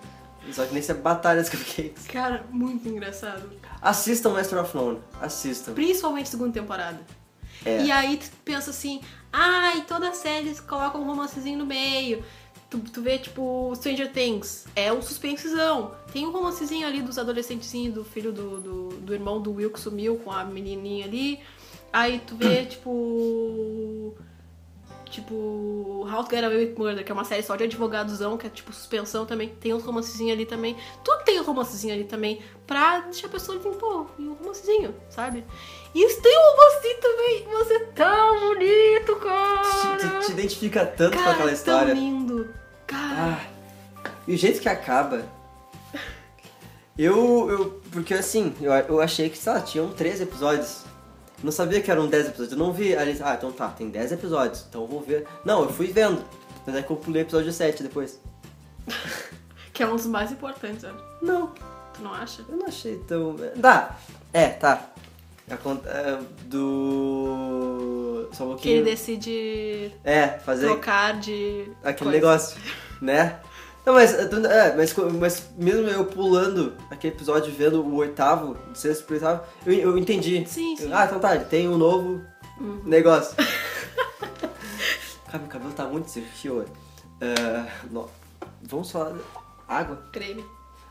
A: Só que nesse é Batalha dos Cupcakes.
B: Cara, muito engraçado.
A: Assistam Master of None, assistam.
B: Principalmente segunda temporada.
A: É.
B: E aí tu pensa assim, ai, toda série eles colocam um romancezinho no meio. Tu, tu vê, tipo, Stranger Things. É um suspensezão. Tem um romancezinho ali dos adolescentezinhos, do filho do, do, do irmão do Will que sumiu com a menininha ali. Aí tu vê, tipo. Tipo, How to Get Away with Murder, que é uma série só de advogadozão, que é tipo suspensão também, tem uns romancezinhos ali também. Tudo tem um romancezinho ali também, pra deixar a pessoa assim, pô, e um romancezinho, sabe? E isso tem um romancinho também, você é tão bonito, cara!
A: te, te identifica tanto com
B: cara,
A: aquela
B: é
A: história.
B: tão lindo, cara.
A: Ah, e o jeito que acaba. Eu. eu porque assim, eu, eu achei que, sei lá, tinham 13 episódios. Não sabia que eram 10 episódios. Eu não vi. ali, ah, então tá, tem 10 episódios, então eu vou ver. Não, eu fui vendo. Mas é que eu pulei o episódio 7 depois.
B: Que é um dos mais importantes, né?
A: Não,
B: tu não acha?
A: Ah. eu não achei tão. Dá! É, tá. Acon- é, do. Só um
B: Que ele
A: pouquinho.
B: decide
A: É, fazer
B: trocar de.
A: aquele
B: coisa.
A: negócio, né? Não, mas, é, tu- é, mas, co- mas mesmo eu pulando aquele episódio, vendo o oitavo, do sexto pro oitavo, eu, eu entendi.
B: Sim, sim. Uhum.
A: Ah, então tá, ele tem um novo negócio. Cara, meu cabelo tá muito seco hoje. vamos falar da água?
B: Creme.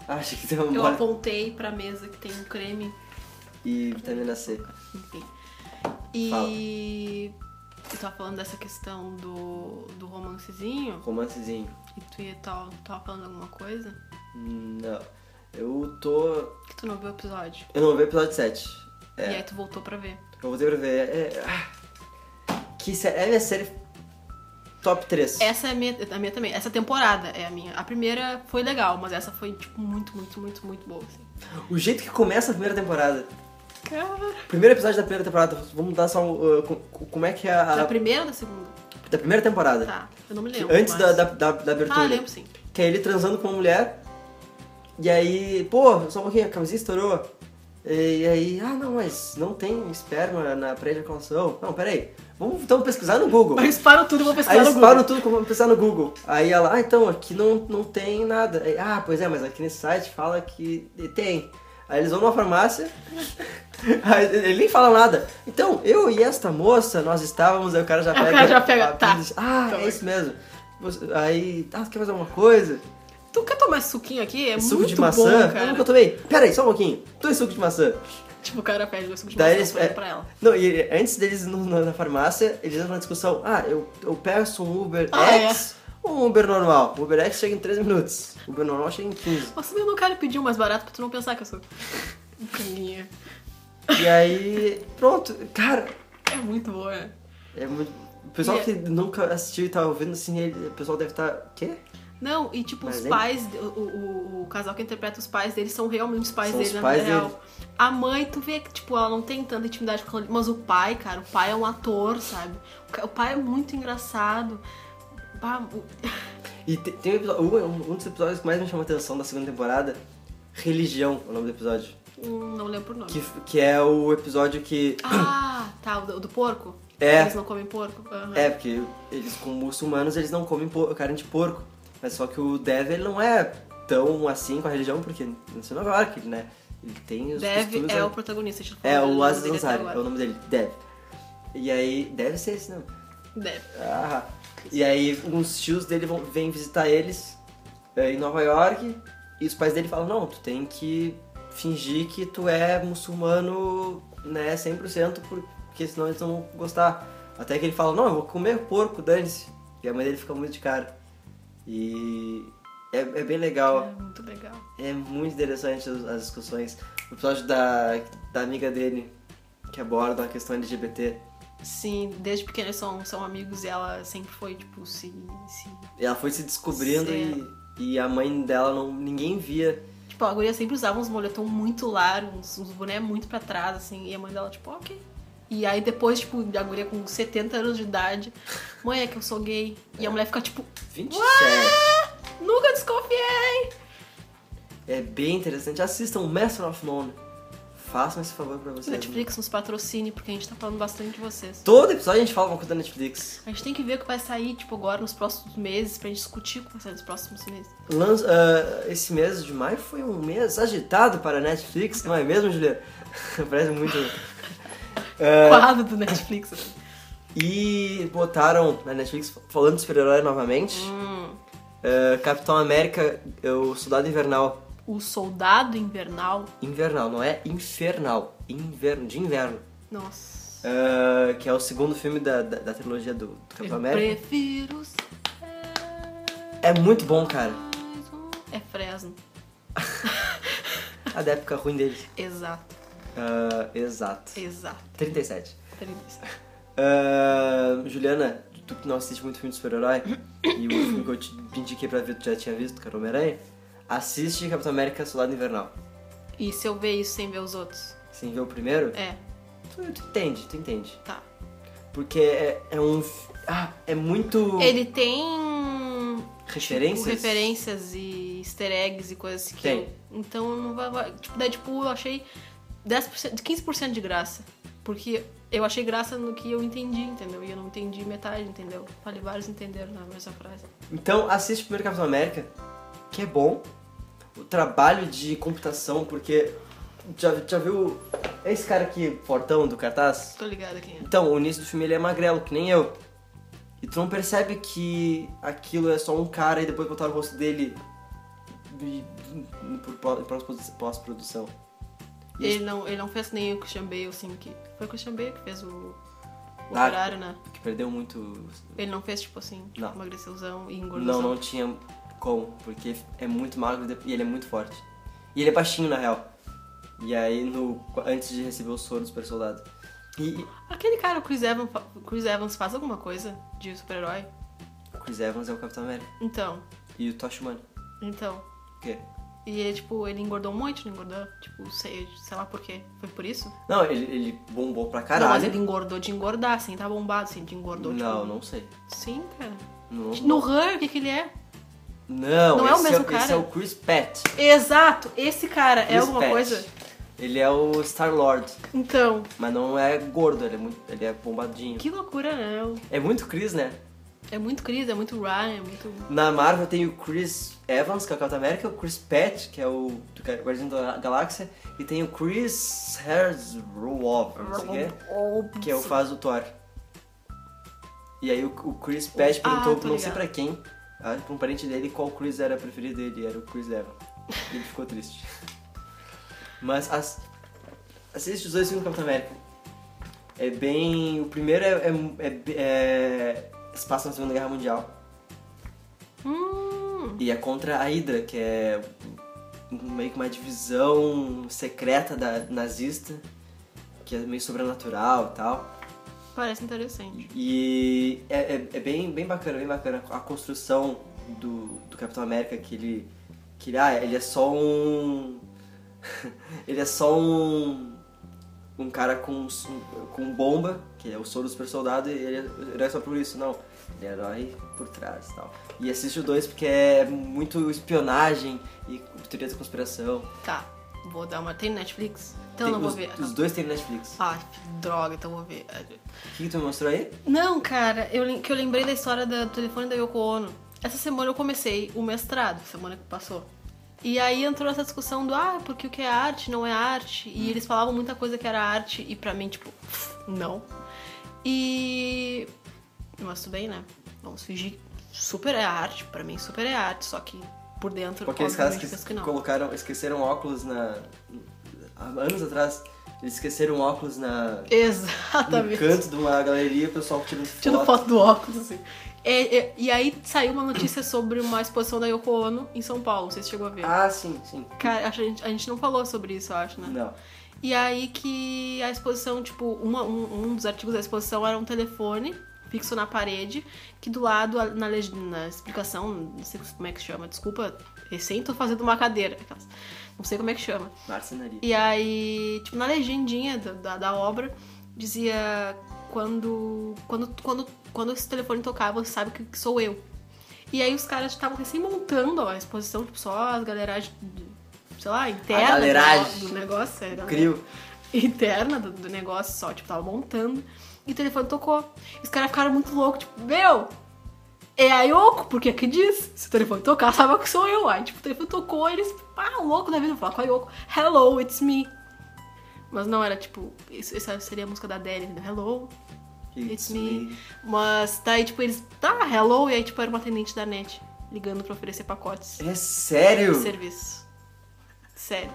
A: Ah, achei que deu
B: Eu
A: uma bola.
B: apontei pra mesa que tem um creme
A: E vitamina C.
B: enfim. E tu tava falando dessa questão do, do romancezinho
A: Romancezinho.
B: e tu ia tava, tava falando alguma coisa
A: Não. Eu tô.
B: que tu não viu o episódio.
A: Eu não vi o episódio É, 7.
B: E aí tu voltou pra ver.
A: Eu voltei pra ver. É, é, ah. que sé- é a minha série top 3.
B: Essa é a minha, a minha também. Essa temporada é a minha. A primeira foi legal, mas essa foi, tipo, muito, muito, muito, muito boa, assim.
A: O jeito que começa a primeira temporada.
B: Cara.
A: Primeiro episódio da primeira temporada. Vamos dar só um, uh, com- com- como é que é a.
B: Da primeira ou da segunda?
A: Da primeira temporada.
B: Tá. Eu não me
A: Que
B: lembro.
A: antes da,
B: mas-
A: da, da, da abertura.
B: Ah, lembro sim.
A: Que é ele transando com uma mulher. E aí, pô, só um pouquinho, a camisinha estourou. E, aí, ah não, mas não tem esperma na pré-ejaculação. Não, peraí. Vamos então pesquisar no Google.
B: Mas eles param tudo e vão pesquisar
A: Aí eles
B: no Google.
A: param tudo, vão pensar no Google. Aí ela, ah, então, aqui não, não tem nada. Aí, ah, pois é, mas aqui nesse site fala que tem. Aí eles vão numa farmácia, aí ele nem fala nada. Então, eu e esta moça, nós estávamos, aí o cara já pega.
B: cara já pega,
A: a-
B: tá.
A: Ah,
B: Então
A: é
B: vai.
A: isso mesmo. Você- Aí, ah, você quer fazer alguma coisa?
B: Tu quer tomar esse suquinho aqui? É
A: suco
B: muito
A: de maçã?
B: bom,
A: eu
B: cara.
A: nunca tomei. Pera aí, só um pouquinho. Dois suco de maçã.
B: Tipo, o cara pede o suco de
A: Daí
B: maçã
A: eles,
B: pra-
A: é,
B: tá pra ela.
A: Não, e antes deles no, na, na farmácia, eles entram na discussão, ah, eu, eu peço um Uber
B: Ah,
A: X ou um Uber normal? O Uber X chega em 3 minutos, o Uber normal chega em 15.
B: Nossa, eu não quero pedir o mais barato pra tu não pensar que eu sou. Caminha.
A: E aí, pronto, cara,
B: É muito boa. né?
A: é muito... O pessoal
B: E-
A: que nunca assistiu e tá ouvindo assim, ele- o pessoal deve estar... Tá, quê?
B: Não, e tipo,
A: Mas
B: os
A: é-
B: pais, o, o- o casal que interpreta os pais deles são realmente os pais
A: São
B: deles,
A: os
B: na
A: pais
B: vida real. A mãe, tu vê que, tipo, ela não tem tanta intimidade com ele, mas o pai, cara, o pai é um ator, sabe? O ca- O pai é muito engraçado. Bah, o-
A: E te- um tem um, episódio, um, um dos episódios que mais me chamou a atenção da segunda temporada, Religião, é o nome do episódio.
B: Hum, não lembro o nome.
A: Que, que é o episódio que.
B: Ah, tá, o do, do porco?
A: É.
B: Eles não comem porco? Aham.
A: É, porque eles, como muçulmanos, eles não comem por- carne de porco. Mas só que o Dev, ele não é tão assim com a religião, porque nasceu em Nova York, né? Ele tem os
B: Deve
A: costumes,
B: é
A: né?
B: o protagonista. a gente não
A: É,
B: falou
A: o
B: dele,
A: Aziz
B: dele até
A: Ansari, é
B: agora.
A: o nome dele, Dev. E aí, deve ser esse né? nome.
B: Deve.
A: Ah, e aí uns tios dele vão, vêm visitar eles eh, em Nova York e os pais dele falam, não, tu tem que fingir que tu é muçulmano, né, 100%, porque senão eles não vão gostar. Até que ele fala, não, eu vou comer porco, dane-se. E a mãe dele fica muito de cara. E é, é bem legal.
B: É muito legal.
A: É muito interessante as, as discussões. O episódio da, da amiga dele, que aborda a questão LGBT.
B: Sim, desde pequenos são, são amigos e ela sempre foi, tipo, se. se...
A: E ela foi se descobrindo
B: Certo.
A: e, e a mãe dela não ninguém via.
B: Tipo, a guria sempre usava uns moletom muito largos, uns, uns boné muito pra trás, assim, e a mãe dela, tipo, ok. E aí depois, tipo, a guria com 70 anos de idade, mãe, é que eu sou gay. E a mulher fica, tipo,
A: 27.
B: nunca desconfiei!
A: É bem interessante. Assistam Master of None. Façam esse favor pra vocês.
B: Netflix nos patrocine, porque a gente tá falando bastante de vocês.
A: Todo episódio a gente fala uma coisa da Netflix.
B: A gente tem que ver o que vai sair, tipo, agora nos próximos meses, pra gente discutir o que vai sair nos próximos meses.
A: Lança- ah, esse mês de maio foi um mês agitado para a Netflix, não é mesmo, Juliana? Parece muito.
B: Quadro do Netflix. assim.
A: E botaram na Netflix, falando de super-herói novamente, ah, Capitão América, é o Soldado Invernal.
B: O Soldado Invernal.
A: Invernal, não é infernal. Inverno, de inverno.
B: Nossa.
A: Ah, que é o segundo filme da, da, da trilogia do, do Capitão
B: Eu
A: América.
B: prefiro ser
A: É muito bom, cara.
B: mais um- É Fresno.
A: A da época ruim deles.
B: Exato,
A: Ah, exato.
B: exato.
A: 37.
B: 37.
A: Ah, Juliana, tu que não assiste muito filme de super-herói, e o filme que eu te indiquei pra ver tu já tinha visto, que era Homem-Aranha, assiste Capitão América Soldado Invernal.
B: E se eu ver isso sem ver os outros?
A: Sem ver o primeiro,
B: É,
A: tu, tu entende, tu entende.
B: tá.
A: Porque é, é um... fi- Ah, é muito...
B: Ele tem
A: Referências?
B: tipo, referências e easter eggs e coisas que.
A: Tem.
B: eu- então não vai, vai. Tipo, Deadpool eu achei 10%, 15% de graça. Porque eu achei graça no que eu entendi, entendeu? E eu não entendi metade, entendeu? Falei, vários entenderam na mesma frase.
A: Então, assiste primeiro Capitão América, que é bom. O trabalho de computação, porque já, já viu esse cara aqui, fortão do cartaz?
B: Tô ligada quem é.
A: Então, o início do filme ele é magrelo, que nem eu. E tu não percebe que aquilo é só um cara e depois botaram o rosto dele e- e- por pós- pós- pós-produção. E
B: Ele não, ele não fez nem o Christian Bale, assim, que. Foi o Christian Bale que fez o. O
A: Ah,
B: horário, né?
A: Que perdeu muito
B: Ele não fez, tipo assim,
A: Não.
B: emagrecêuzão e
A: Não,
B: engordozão.
A: não tinha como, porque é muito magro e ele é muito forte. E ele é baixinho, na real. E aí, no, antes de receber o soro do super soldado. E
B: Aquele cara, o Chris Evans, fa- o Chris Evans faz alguma coisa de super-herói?
A: o Chris Evans é o Capitão América.
B: Então,
A: E o Tosh Humano.
B: então.
A: O quê?
B: E ele, tipo, ele engordou um monte, não engordou? Tipo, sei, sei lá por quê. Foi por isso?
A: Não, ele, ele bombou pra
B: Não, mas
A: caralho.
B: ele engordou de engordar, assim, tá bombado, assim, de engordou,
A: não,
B: tipo...
A: não sei.
B: Sim, cara.
A: Não,
B: No Her, o que que ele é?
A: não,
B: não é o
A: esse
B: mesmo
A: esse
B: cara?
A: é o Chris Pratt.
B: Exato! Esse cara é
A: Chris
B: alguma
A: Pratt.
B: coisa?
A: Ele é o Star-Lord,
B: Então,
A: mas não é gordo, ele é, muito, ele é bombadinho.
B: que loucura, né?
A: É muito Chris, né?
B: É muito Chris, é muito Ryan, é muito...
A: Na Marvel tem o Chris Evans, que é o Capitão América, o Chris Pratt, que é o do Guar- Guardião da Galáxia, e tem o Chris Hemsworth, não sei o quê, que é o faz o Thor. E aí o, o Chris Pratt
B: Ah,
A: perguntou,
B: tô
A: não sei
B: ligada.
A: pra quem, ah, pra um parente dele, qual Chris era preferido dele, era o Chris Evans. E ele ficou triste. Mas as, assiste os dois filmes do Capitão América. É bem... o primeiro é... é, é, é se passa na Segunda Guerra Mundial.
B: Hum,
A: E é contra a Hydra, que é meio que uma divisão secreta da nazista, que é meio sobrenatural e tal.
B: parece interessante.
A: E é, é- é bem, bem bacana, bem bacana a construção do, do Capitão América, que ele. Que ele, ah, ele é só um. ele é só um. Um cara com, s- com bomba, que é o soro do super soldado, e ele é herói só por isso, não. Ele é herói por trás e tal. E assiste o dois porque é muito espionagem e teoria da conspiração.
B: Tá. vou dar uma. Tem Netflix? Então
A: Tem-
B: não vou
A: os,
B: ver.
A: Os dois têm Netflix.
B: Ah, droga, então vou ver.
A: O que, que tu me mostrou aí?
B: Não, cara, eu, lem- que eu lembrei da história da- do telefone da Yoko Ono. Essa semana eu comecei o mestrado, semana que passou. E aí entrou essa discussão do, ah, porque o que é arte não é arte. E eles falavam muita coisa que era arte, e pra mim, tipo, não. E. Mas tudo bem, né? Vamos fingir. Super é arte, pra mim super é arte, só que por dentro
A: Porque aqueles caras
B: obviamente,
A: que,
B: penso que não.
A: colocaram, esqueceram óculos na. Há anos atrás, eles esqueceram óculos na. No
B: Exatamente.
A: canto de uma galeria, o pessoal tirando foto.
B: Tirando foto do óculos, assim. É, é, e aí saiu uma notícia sobre uma exposição da Yoko Ono em São Paulo, não sei se chegou a ver.
A: Ah, sim, sim.
B: Cara, acho que a gente, a gente não falou sobre isso, eu acho, né?
A: Não.
B: E aí que a exposição, tipo, uma- um, um dos artigos da exposição era um telefone fixo na parede, que do lado, a- na, leg- na explicação, não sei como é que chama, desculpa, recém tô fazendo uma cadeira, aquelas- não sei como é que chama.
A: Marcenaria.
B: E aí, tipo, na legendinha da, da, da obra, dizia quando, quando, quando, quando esse telefone tocar, você sabe que, que sou eu. E aí os caras estavam recém montando a exposição, tipo, só as galeragens, sei lá, interna do
A: galeragem.
B: nego- do negócio. Era, né?
A: Crio.
B: Interna do, do negócio só, tipo, tava montando. E o telefone tocou. E os caras ficaram muito loucos, tipo, meu, é a Yoko, porque aqui diz. Se o telefone tocar, sabe que sou eu. Aí, tipo, o telefone tocou, eles, ah, louco da vida, falar com a Yoko. Hello, it's me. Mas não era tipo, isso, essa seria a música da Adele, entendeu? Hello, it's me. Mas daí, tipo, eles, tá, hello, e aí, tipo, era uma atendente da net ligando pra oferecer pacotes
A: É sério?
B: de serviço. Sério.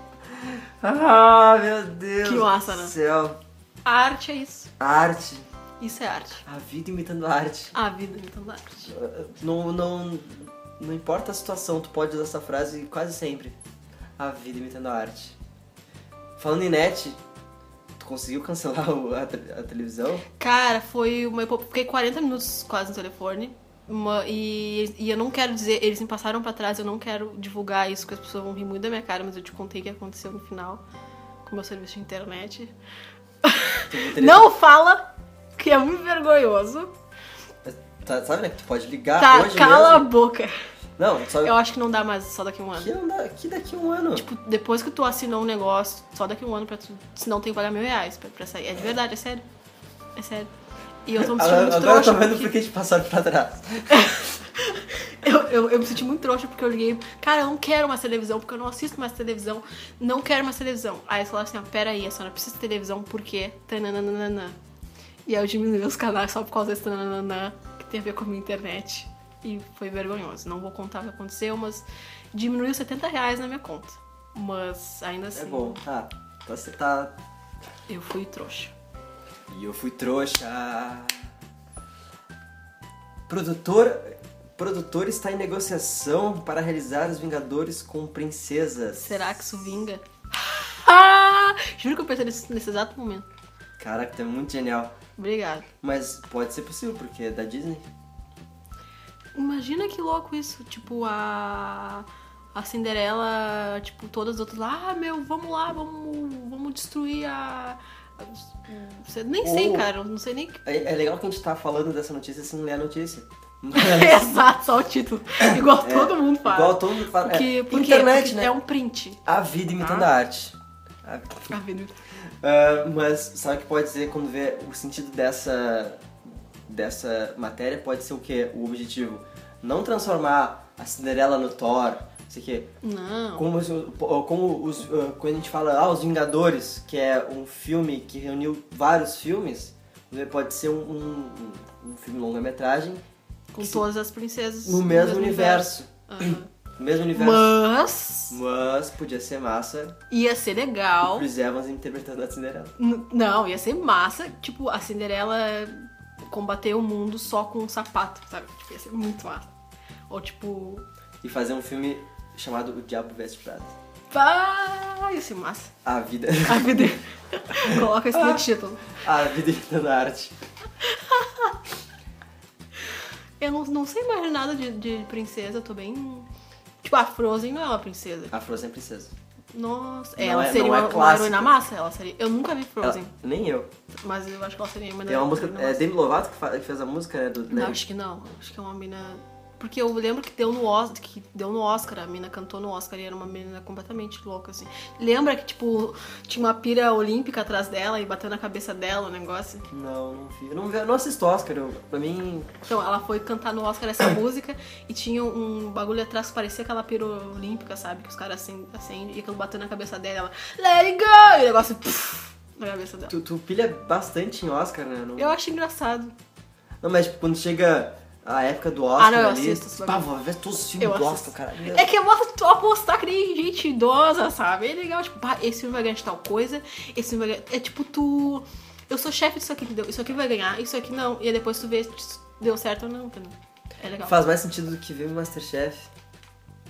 A: Ah, meu Deus.
B: Que massa, né?
A: do Céu.
B: A arte é isso.
A: Arte.
B: Isso é arte.
A: A vida imitando a arte.
B: A vida é imitando a arte.
A: Não, não, não importa a situação, tu pode usar essa frase quase sempre. A vida imitando a arte. Falando em net, tu conseguiu cancelar o- a, te- a televisão?
B: Cara, foi uma. hipo- Fiquei 40 minutos quase no telefone. uma- e, e eu não quero dizer, eles me passaram pra trás, eu não quero divulgar isso, porque as pessoas vão rir muito da minha cara, mas eu te contei o que aconteceu no final com o meu serviço de internet. não fala, que é muito vergonhoso.
A: Tá- sabe, né? Que tu pode ligar
B: tá,
A: hoje
B: cala
A: mesmo.
B: a boca.
A: Não, só
B: Eu acho que não dá mais só daqui a um ano.
A: que, não dá- que daqui a um ano.
B: Tipo, depois que tu assinou um negócio, só daqui a um ano pra tu. Senão tem que pagar mil reais pra, pra sair. É de verdade, é sério. É sério. E eu tô me sentindo
A: agora
B: muito
A: Ah, agora eu
B: trouxa.
A: tô vendo
B: porque-
A: porque te passaram pra trás.
B: Eu, eu, eu me senti muito trouxa porque eu liguei, cara, eu não quero mais televisão, porque eu não assisto mais televisão, não quero mais televisão. Aí eles falaram assim, ah, peraí, a senhora precisa de televisão porque tananana. E aí eu diminui os canais só por causa desse tananana que tem a ver com a minha internet. E foi vergonhoso. Não vou contar o que aconteceu, mas diminuiu 70 reais na minha conta. Mas ainda assim,
A: É bom, tá. Então você tá.
B: eu fui trouxa.
A: E eu fui trouxa. Produtor. Produtor está em negociação para realizar os Vingadores com princesas.
B: Será que isso vinga? Ah! Juro que eu pensei nesse, nesse exato momento.
A: Caraca, é muito genial.
B: Obrigada.
A: Mas pode ser possível, porque é da Disney.
B: Imagina que louco isso. Tipo, a. A Cinderela, tipo, todas as outras lá, ah, meu, vamos lá, vamos, vamos destruir a. a- Cê- Nem sei,
A: Ou-
B: cara, eu não sei nem. que-
A: É, é legal que a gente tá falando dessa notícia sem ler a notícia.
B: Exato, só o título. Igual todo mundo fala.
A: É. Igual todo mundo fala.
B: Porque,
A: é,
B: porque-
A: internet,
B: porque
A: né?
B: é um print.
A: A vida imitando
B: Tá.
A: a arte. A-
B: A vida.
A: Ah, mas sabe o que pode ser quando vê o sentido dessa dessa matéria pode ser o quê? O objetivo não transformar a Cinderela no Thor, não sei o quê.
B: Não.
A: Como, os- como os, ah, quando a gente fala ah, os Vingadores, que é um filme que reuniu vários filmes, pode ser um, um, um filme longa-metragem
B: Com
A: que se-
B: todas as princesas.
A: no mesmo universo,
B: universo.
A: no mesmo
B: Aham.
A: universo.
B: Mas
A: Mas podia ser massa
B: ia
A: o
B: ser legal.
A: Chris Evans interpretando a Cinderela.
B: N- Não, ia ser massa. Tipo, a Cinderela combater o mundo só com um sapato, sabe? Tipo, ia ser muito massa. Ou tipo.
A: E fazer um filme chamado O Diabo Veste Prada.
B: Pá, ia ser massa.
A: A vida.
B: A vida. Coloca isso no título.
A: A vida imitando a arte.
B: Eu não, não sei mais nada de, de princesa, eu tô bem. Tipo, a Frozen não é uma princesa.
A: A Frozen é princesa.
B: Nossa,
A: Não
B: ela
A: é-
B: seria
A: não é
B: uma, uma
A: clássica.
B: heroína massa? Ela seria. Eu nunca vi Frozen,
A: Ela- nem eu.
B: mas eu acho que ela seria uma
A: Tem uma música.
B: heroína
A: É
B: massa.
A: Demi Lovato que, fa- que fez a música, né? Do,
B: Não,
A: né?
B: acho que não. Acho que é uma mina. Porque eu lembro que deu no Oscar, que deu no Oscar, a mina cantou no Oscar e era uma menina completamente louca, assim. Lembra que, tipo, tinha uma pira olímpica atrás dela e bateu na cabeça dela o negócio?
A: Não, não vi. Eu não, vi- eu não assisto Oscar, eu, pra mim.
B: Então, ela foi cantar no Oscar essa música e tinha um bagulho atrás que parecia aquela pira olímpica, sabe? Que os caras acendem, acendem e aquilo bateu na cabeça dela. Ela, Let it go! E o negócio puf, na cabeça dela.
A: Tu, tu pilha bastante em Oscar, né? Não,
B: Eu acho engraçado.
A: não, mas tipo, quando chega a época do Oscar
B: Ah, não, eu
A: ali.
B: assisto esse
A: pá,
B: bagulho.
A: vou ver todos os
B: Eu
A: filmes do
B: acho.
A: Oscar, cara.
B: É que mostra tu apostar que nem gente idosa, sabe? É legal, tipo, pá, esse filme vai ganhar de tal coisa, esse filme vai ganhar. É tipo, tu. Eu sou chefe disso aqui, entendeu? Isso aqui vai ganhar, isso aqui não. E aí depois tu vê se deu certo ou não, entendeu? É legal.
A: Faz mais sentido do que ver Masterchef.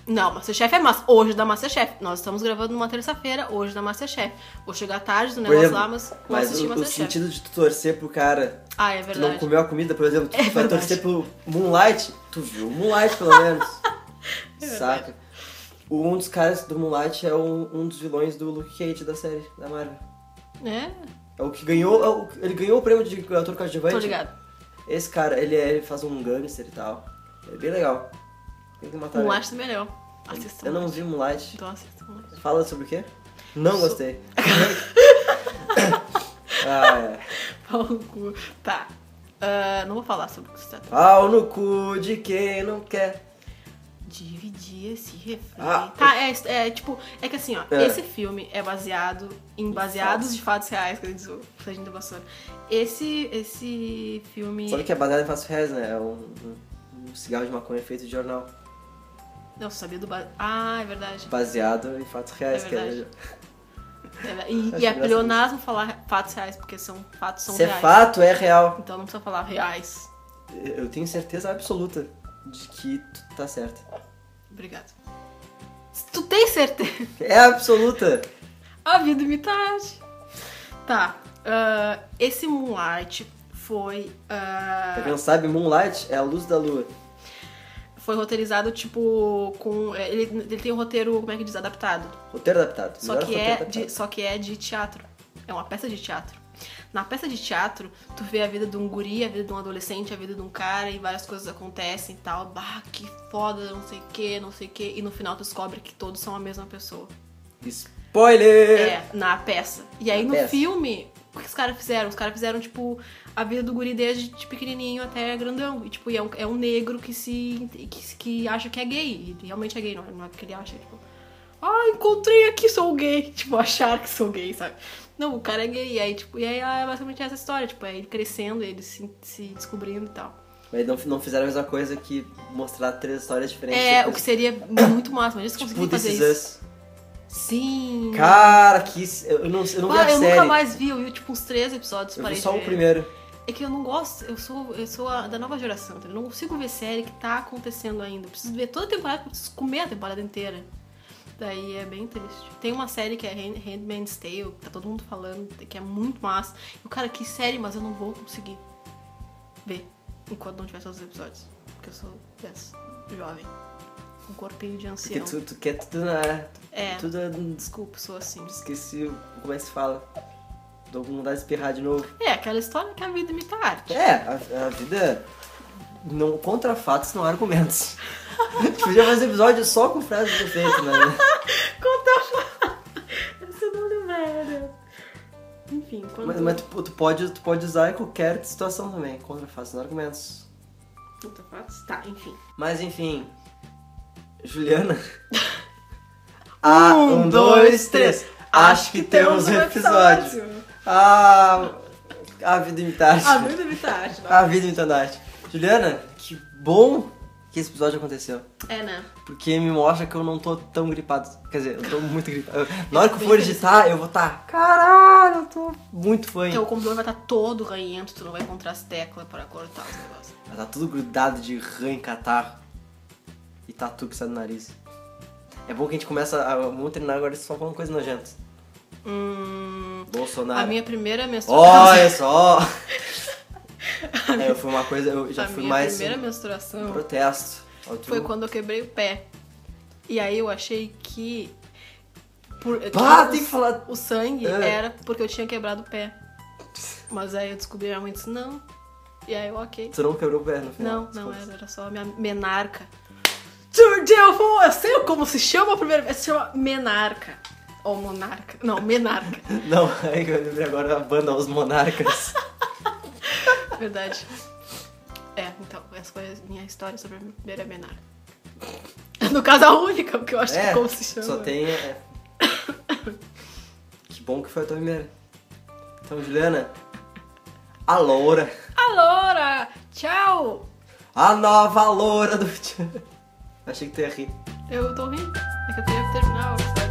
B: Não, Masterchef é massa. Hoje da Masterchef. Nós estamos gravando numa terça-feira, hoje da Masterchef. Vou chegar tarde do
A: Por
B: negócio
A: exemplo,
B: lá, mas vou
A: mas
B: assistir
A: o, o
B: Masterchef.
A: sentido de tu torcer pro cara
B: Ah, é
A: que não
B: verdade.
A: comeu a comida, por exemplo, tu
B: É
A: vai
B: verdade.
A: torcer pro Moonlight, tu viu o Moonlight pelo menos.
B: É
A: Saca? Um dos caras do Moonlight é um, um dos vilões do Luke Cage da série, da Marvel.
B: É?
A: É o que ganhou. é o- ele ganhou o prêmio de ator coadjuvante.
B: Tô ligado.
A: Esse cara, ele, é- ele faz um gangster e tal. É bem legal. Tem que matar
B: Não
A: ele.
B: Um acho também legal. Assistam.
A: Tá Eu não vi Moonlight.
B: Então assistam. Moonlight.
A: Fala sobre o quê? Não gostei. ah, é.
B: Pau no cu. Tá. Ah, não vou falar sobre o que se trata.
A: Pau no cu de quem não quer.
B: Dividir esse refri.
A: Ah,
B: tá, é, é tipo, é que assim, ó,
A: É.
B: esse filme é baseado em baseados de fatos reais, que eu disse, o Sargento da Vassoura. Esse, esse filme.
A: Sabe que é baseado em fatos reais, né? É um, um- um cigarro de maconha feito de jornal. é?
B: Não, você sabia do. Ba... Ah, é verdade.
A: Baseado em fatos reais.
B: É
A: que é-
B: verdade. É, e,
A: Acho
B: e é
A: engraçado
B: pleonasmo falar fatos reais, porque são fatos são
A: Se é
B: reais.
A: fato, é real.
B: Então não precisa falar reais.
A: Eu tenho certeza absoluta de que tu tá certo.
B: Obrigado. Se tu tem certeza.
A: É absoluta.
B: A vida me tarde. Tá. ah, esse Moonlight foi. ah,
A: Pra quem não sabe, Moonlight é a luz da lua.
B: foi roteirizado, tipo, com. Ele, ele tem um roteiro, como é que diz, adaptado.
A: Roteiro adaptado.
B: Só
A: Melhor
B: que,
A: roteiro
B: é
A: adaptado.
B: de, só que é de teatro. É uma peça de teatro. Na peça de teatro, tu vê a vida de um guri, a vida de um adolescente, a vida de um cara e várias coisas acontecem e tal. Bah, que foda, não sei o que, não sei o que. E no final tu descobre que todos são a mesma pessoa.
A: Spoiler!
B: É, na peça. E aí
A: Na
B: no
A: peça.
B: filme, o que os caras fizeram? Os caras fizeram, tipo, a vida do guri desde de pequenininho até grandão. E, tipo, e é um, é um negro que se. Que, se- que acha que é gay. E realmente é gay, não é, não é que ele acha, tipo. Ah, encontrei aqui, sou gay. Tipo, achar que sou gay, sabe? Não, o cara é gay. E aí, tipo, e aí é basicamente essa história. Tipo, é ele crescendo, ele se, se descobrindo e tal.
A: Mas não, não fizeram a mesma coisa que mostrar três histórias diferentes.
B: É, o
A: Depois,
B: que seria muito massa, mas eles
A: Tipo,
B: conseguiram
A: This
B: fazer
A: Is Us.
B: isso. Sim.
A: Cara, que. Eu não, eu não vi
B: Ah,
A: a
B: eu
A: série.
B: nunca mais vi, eu vi tipo uns três episódios,
A: eu vi
B: parei
A: só
B: de
A: o
B: ver.
A: primeiro.
B: É que eu não gosto, eu sou, eu sou a- da nova geração, entendeu? Eu não consigo ver série que tá acontecendo ainda. Eu preciso ver toda a temporada, porque eu preciso comer a temporada inteira. Daí é bem triste. Tem uma série que é Hand- Handmaid's Tale, que tá todo mundo falando, que é muito massa. E o cara, que série, mas eu não vou conseguir ver enquanto não tiver todos os episódios. Porque eu sou dessa, jovem. Com um corpinho de
A: Porque
B: ancião.
A: tu, tu quer tudo na.
B: É.
A: Tudo.
B: Desculpa, sou assim.
A: Esqueci como é que se fala. Tô com vontade de espirrar de novo.
B: É, aquela história que a vida imita a arte.
A: É, a, a vida. Não, contra fatos não há argumentos. Tipo, A gente podia fazer um episódio só com frases de efeito, né?
B: Conta a é Você não lembra. Enfim, quando.
A: Mas, mas tu, tu pode, tu pode usar em qualquer situação também. Contra fatos não há argumentos.
B: Conta fatos? Tá, enfim.
A: Mas enfim. Juliana. Ah, um, dois, três. Acho que temos um episódio. Ah, a vida imitar.
B: A vida imita a arte.
A: Tá A vida imitando a arte. Juliana, que bom que esse episódio aconteceu.
B: É, né?
A: Porque me mostra que eu não tô tão gripado. Quer dizer, eu tô muito gripado. Eu- Na hora que eu for editar, eu vou estar. Caralho, eu tô muito fã.
B: Teu computador vai estar todo ranhento, tu não vai encontrar as teclas pra cortar os negócios.
A: Mas tá tudo grudado de rã em catarro. E tatu que sai do nariz. É bom que a gente começa a. Vamos terminar agora só falando coisas nojentas.
B: Hum.
A: Bolsonaro.
B: A minha primeira menstruação.
A: Olha só! é, eu fui uma coisa, eu já
B: a
A: fui
B: minha
A: mais
B: primeira
A: um
B: menstruação
A: protesto. Ao
B: foi
A: truco.
B: quando eu quebrei o pé. E aí eu achei que. Por,
A: Bah,
B: que
A: tem
B: o-
A: que falar-
B: O sangue
A: É.
B: era porque eu tinha quebrado o pé. Mas aí eu descobri, minha mãe disse: não, E aí eu, ok.
A: Tu não quebrou o pé no final?
B: Não,
A: das
B: não
A: contas.
B: era, era só a minha menarca. Turdelfo, eu sei como se chama a primeira vez, se chama menarca. Ou monarca. Não, menarca.
A: Não, aí que eu lembrei agora a banda Os Monarcas.
B: Verdade. É, então, essa foi a minha história sobre a minha primeira menarca. No caso, a única, porque eu acho que como se chama.
A: É, só tem... é. que bom que foi a tua primeira. Então, Juliana, a loura,
B: Alora! Tchau!
A: a nova loura do... Achei que tu ia rir.
B: Eu tô rindo. É que eu queria terminar. o-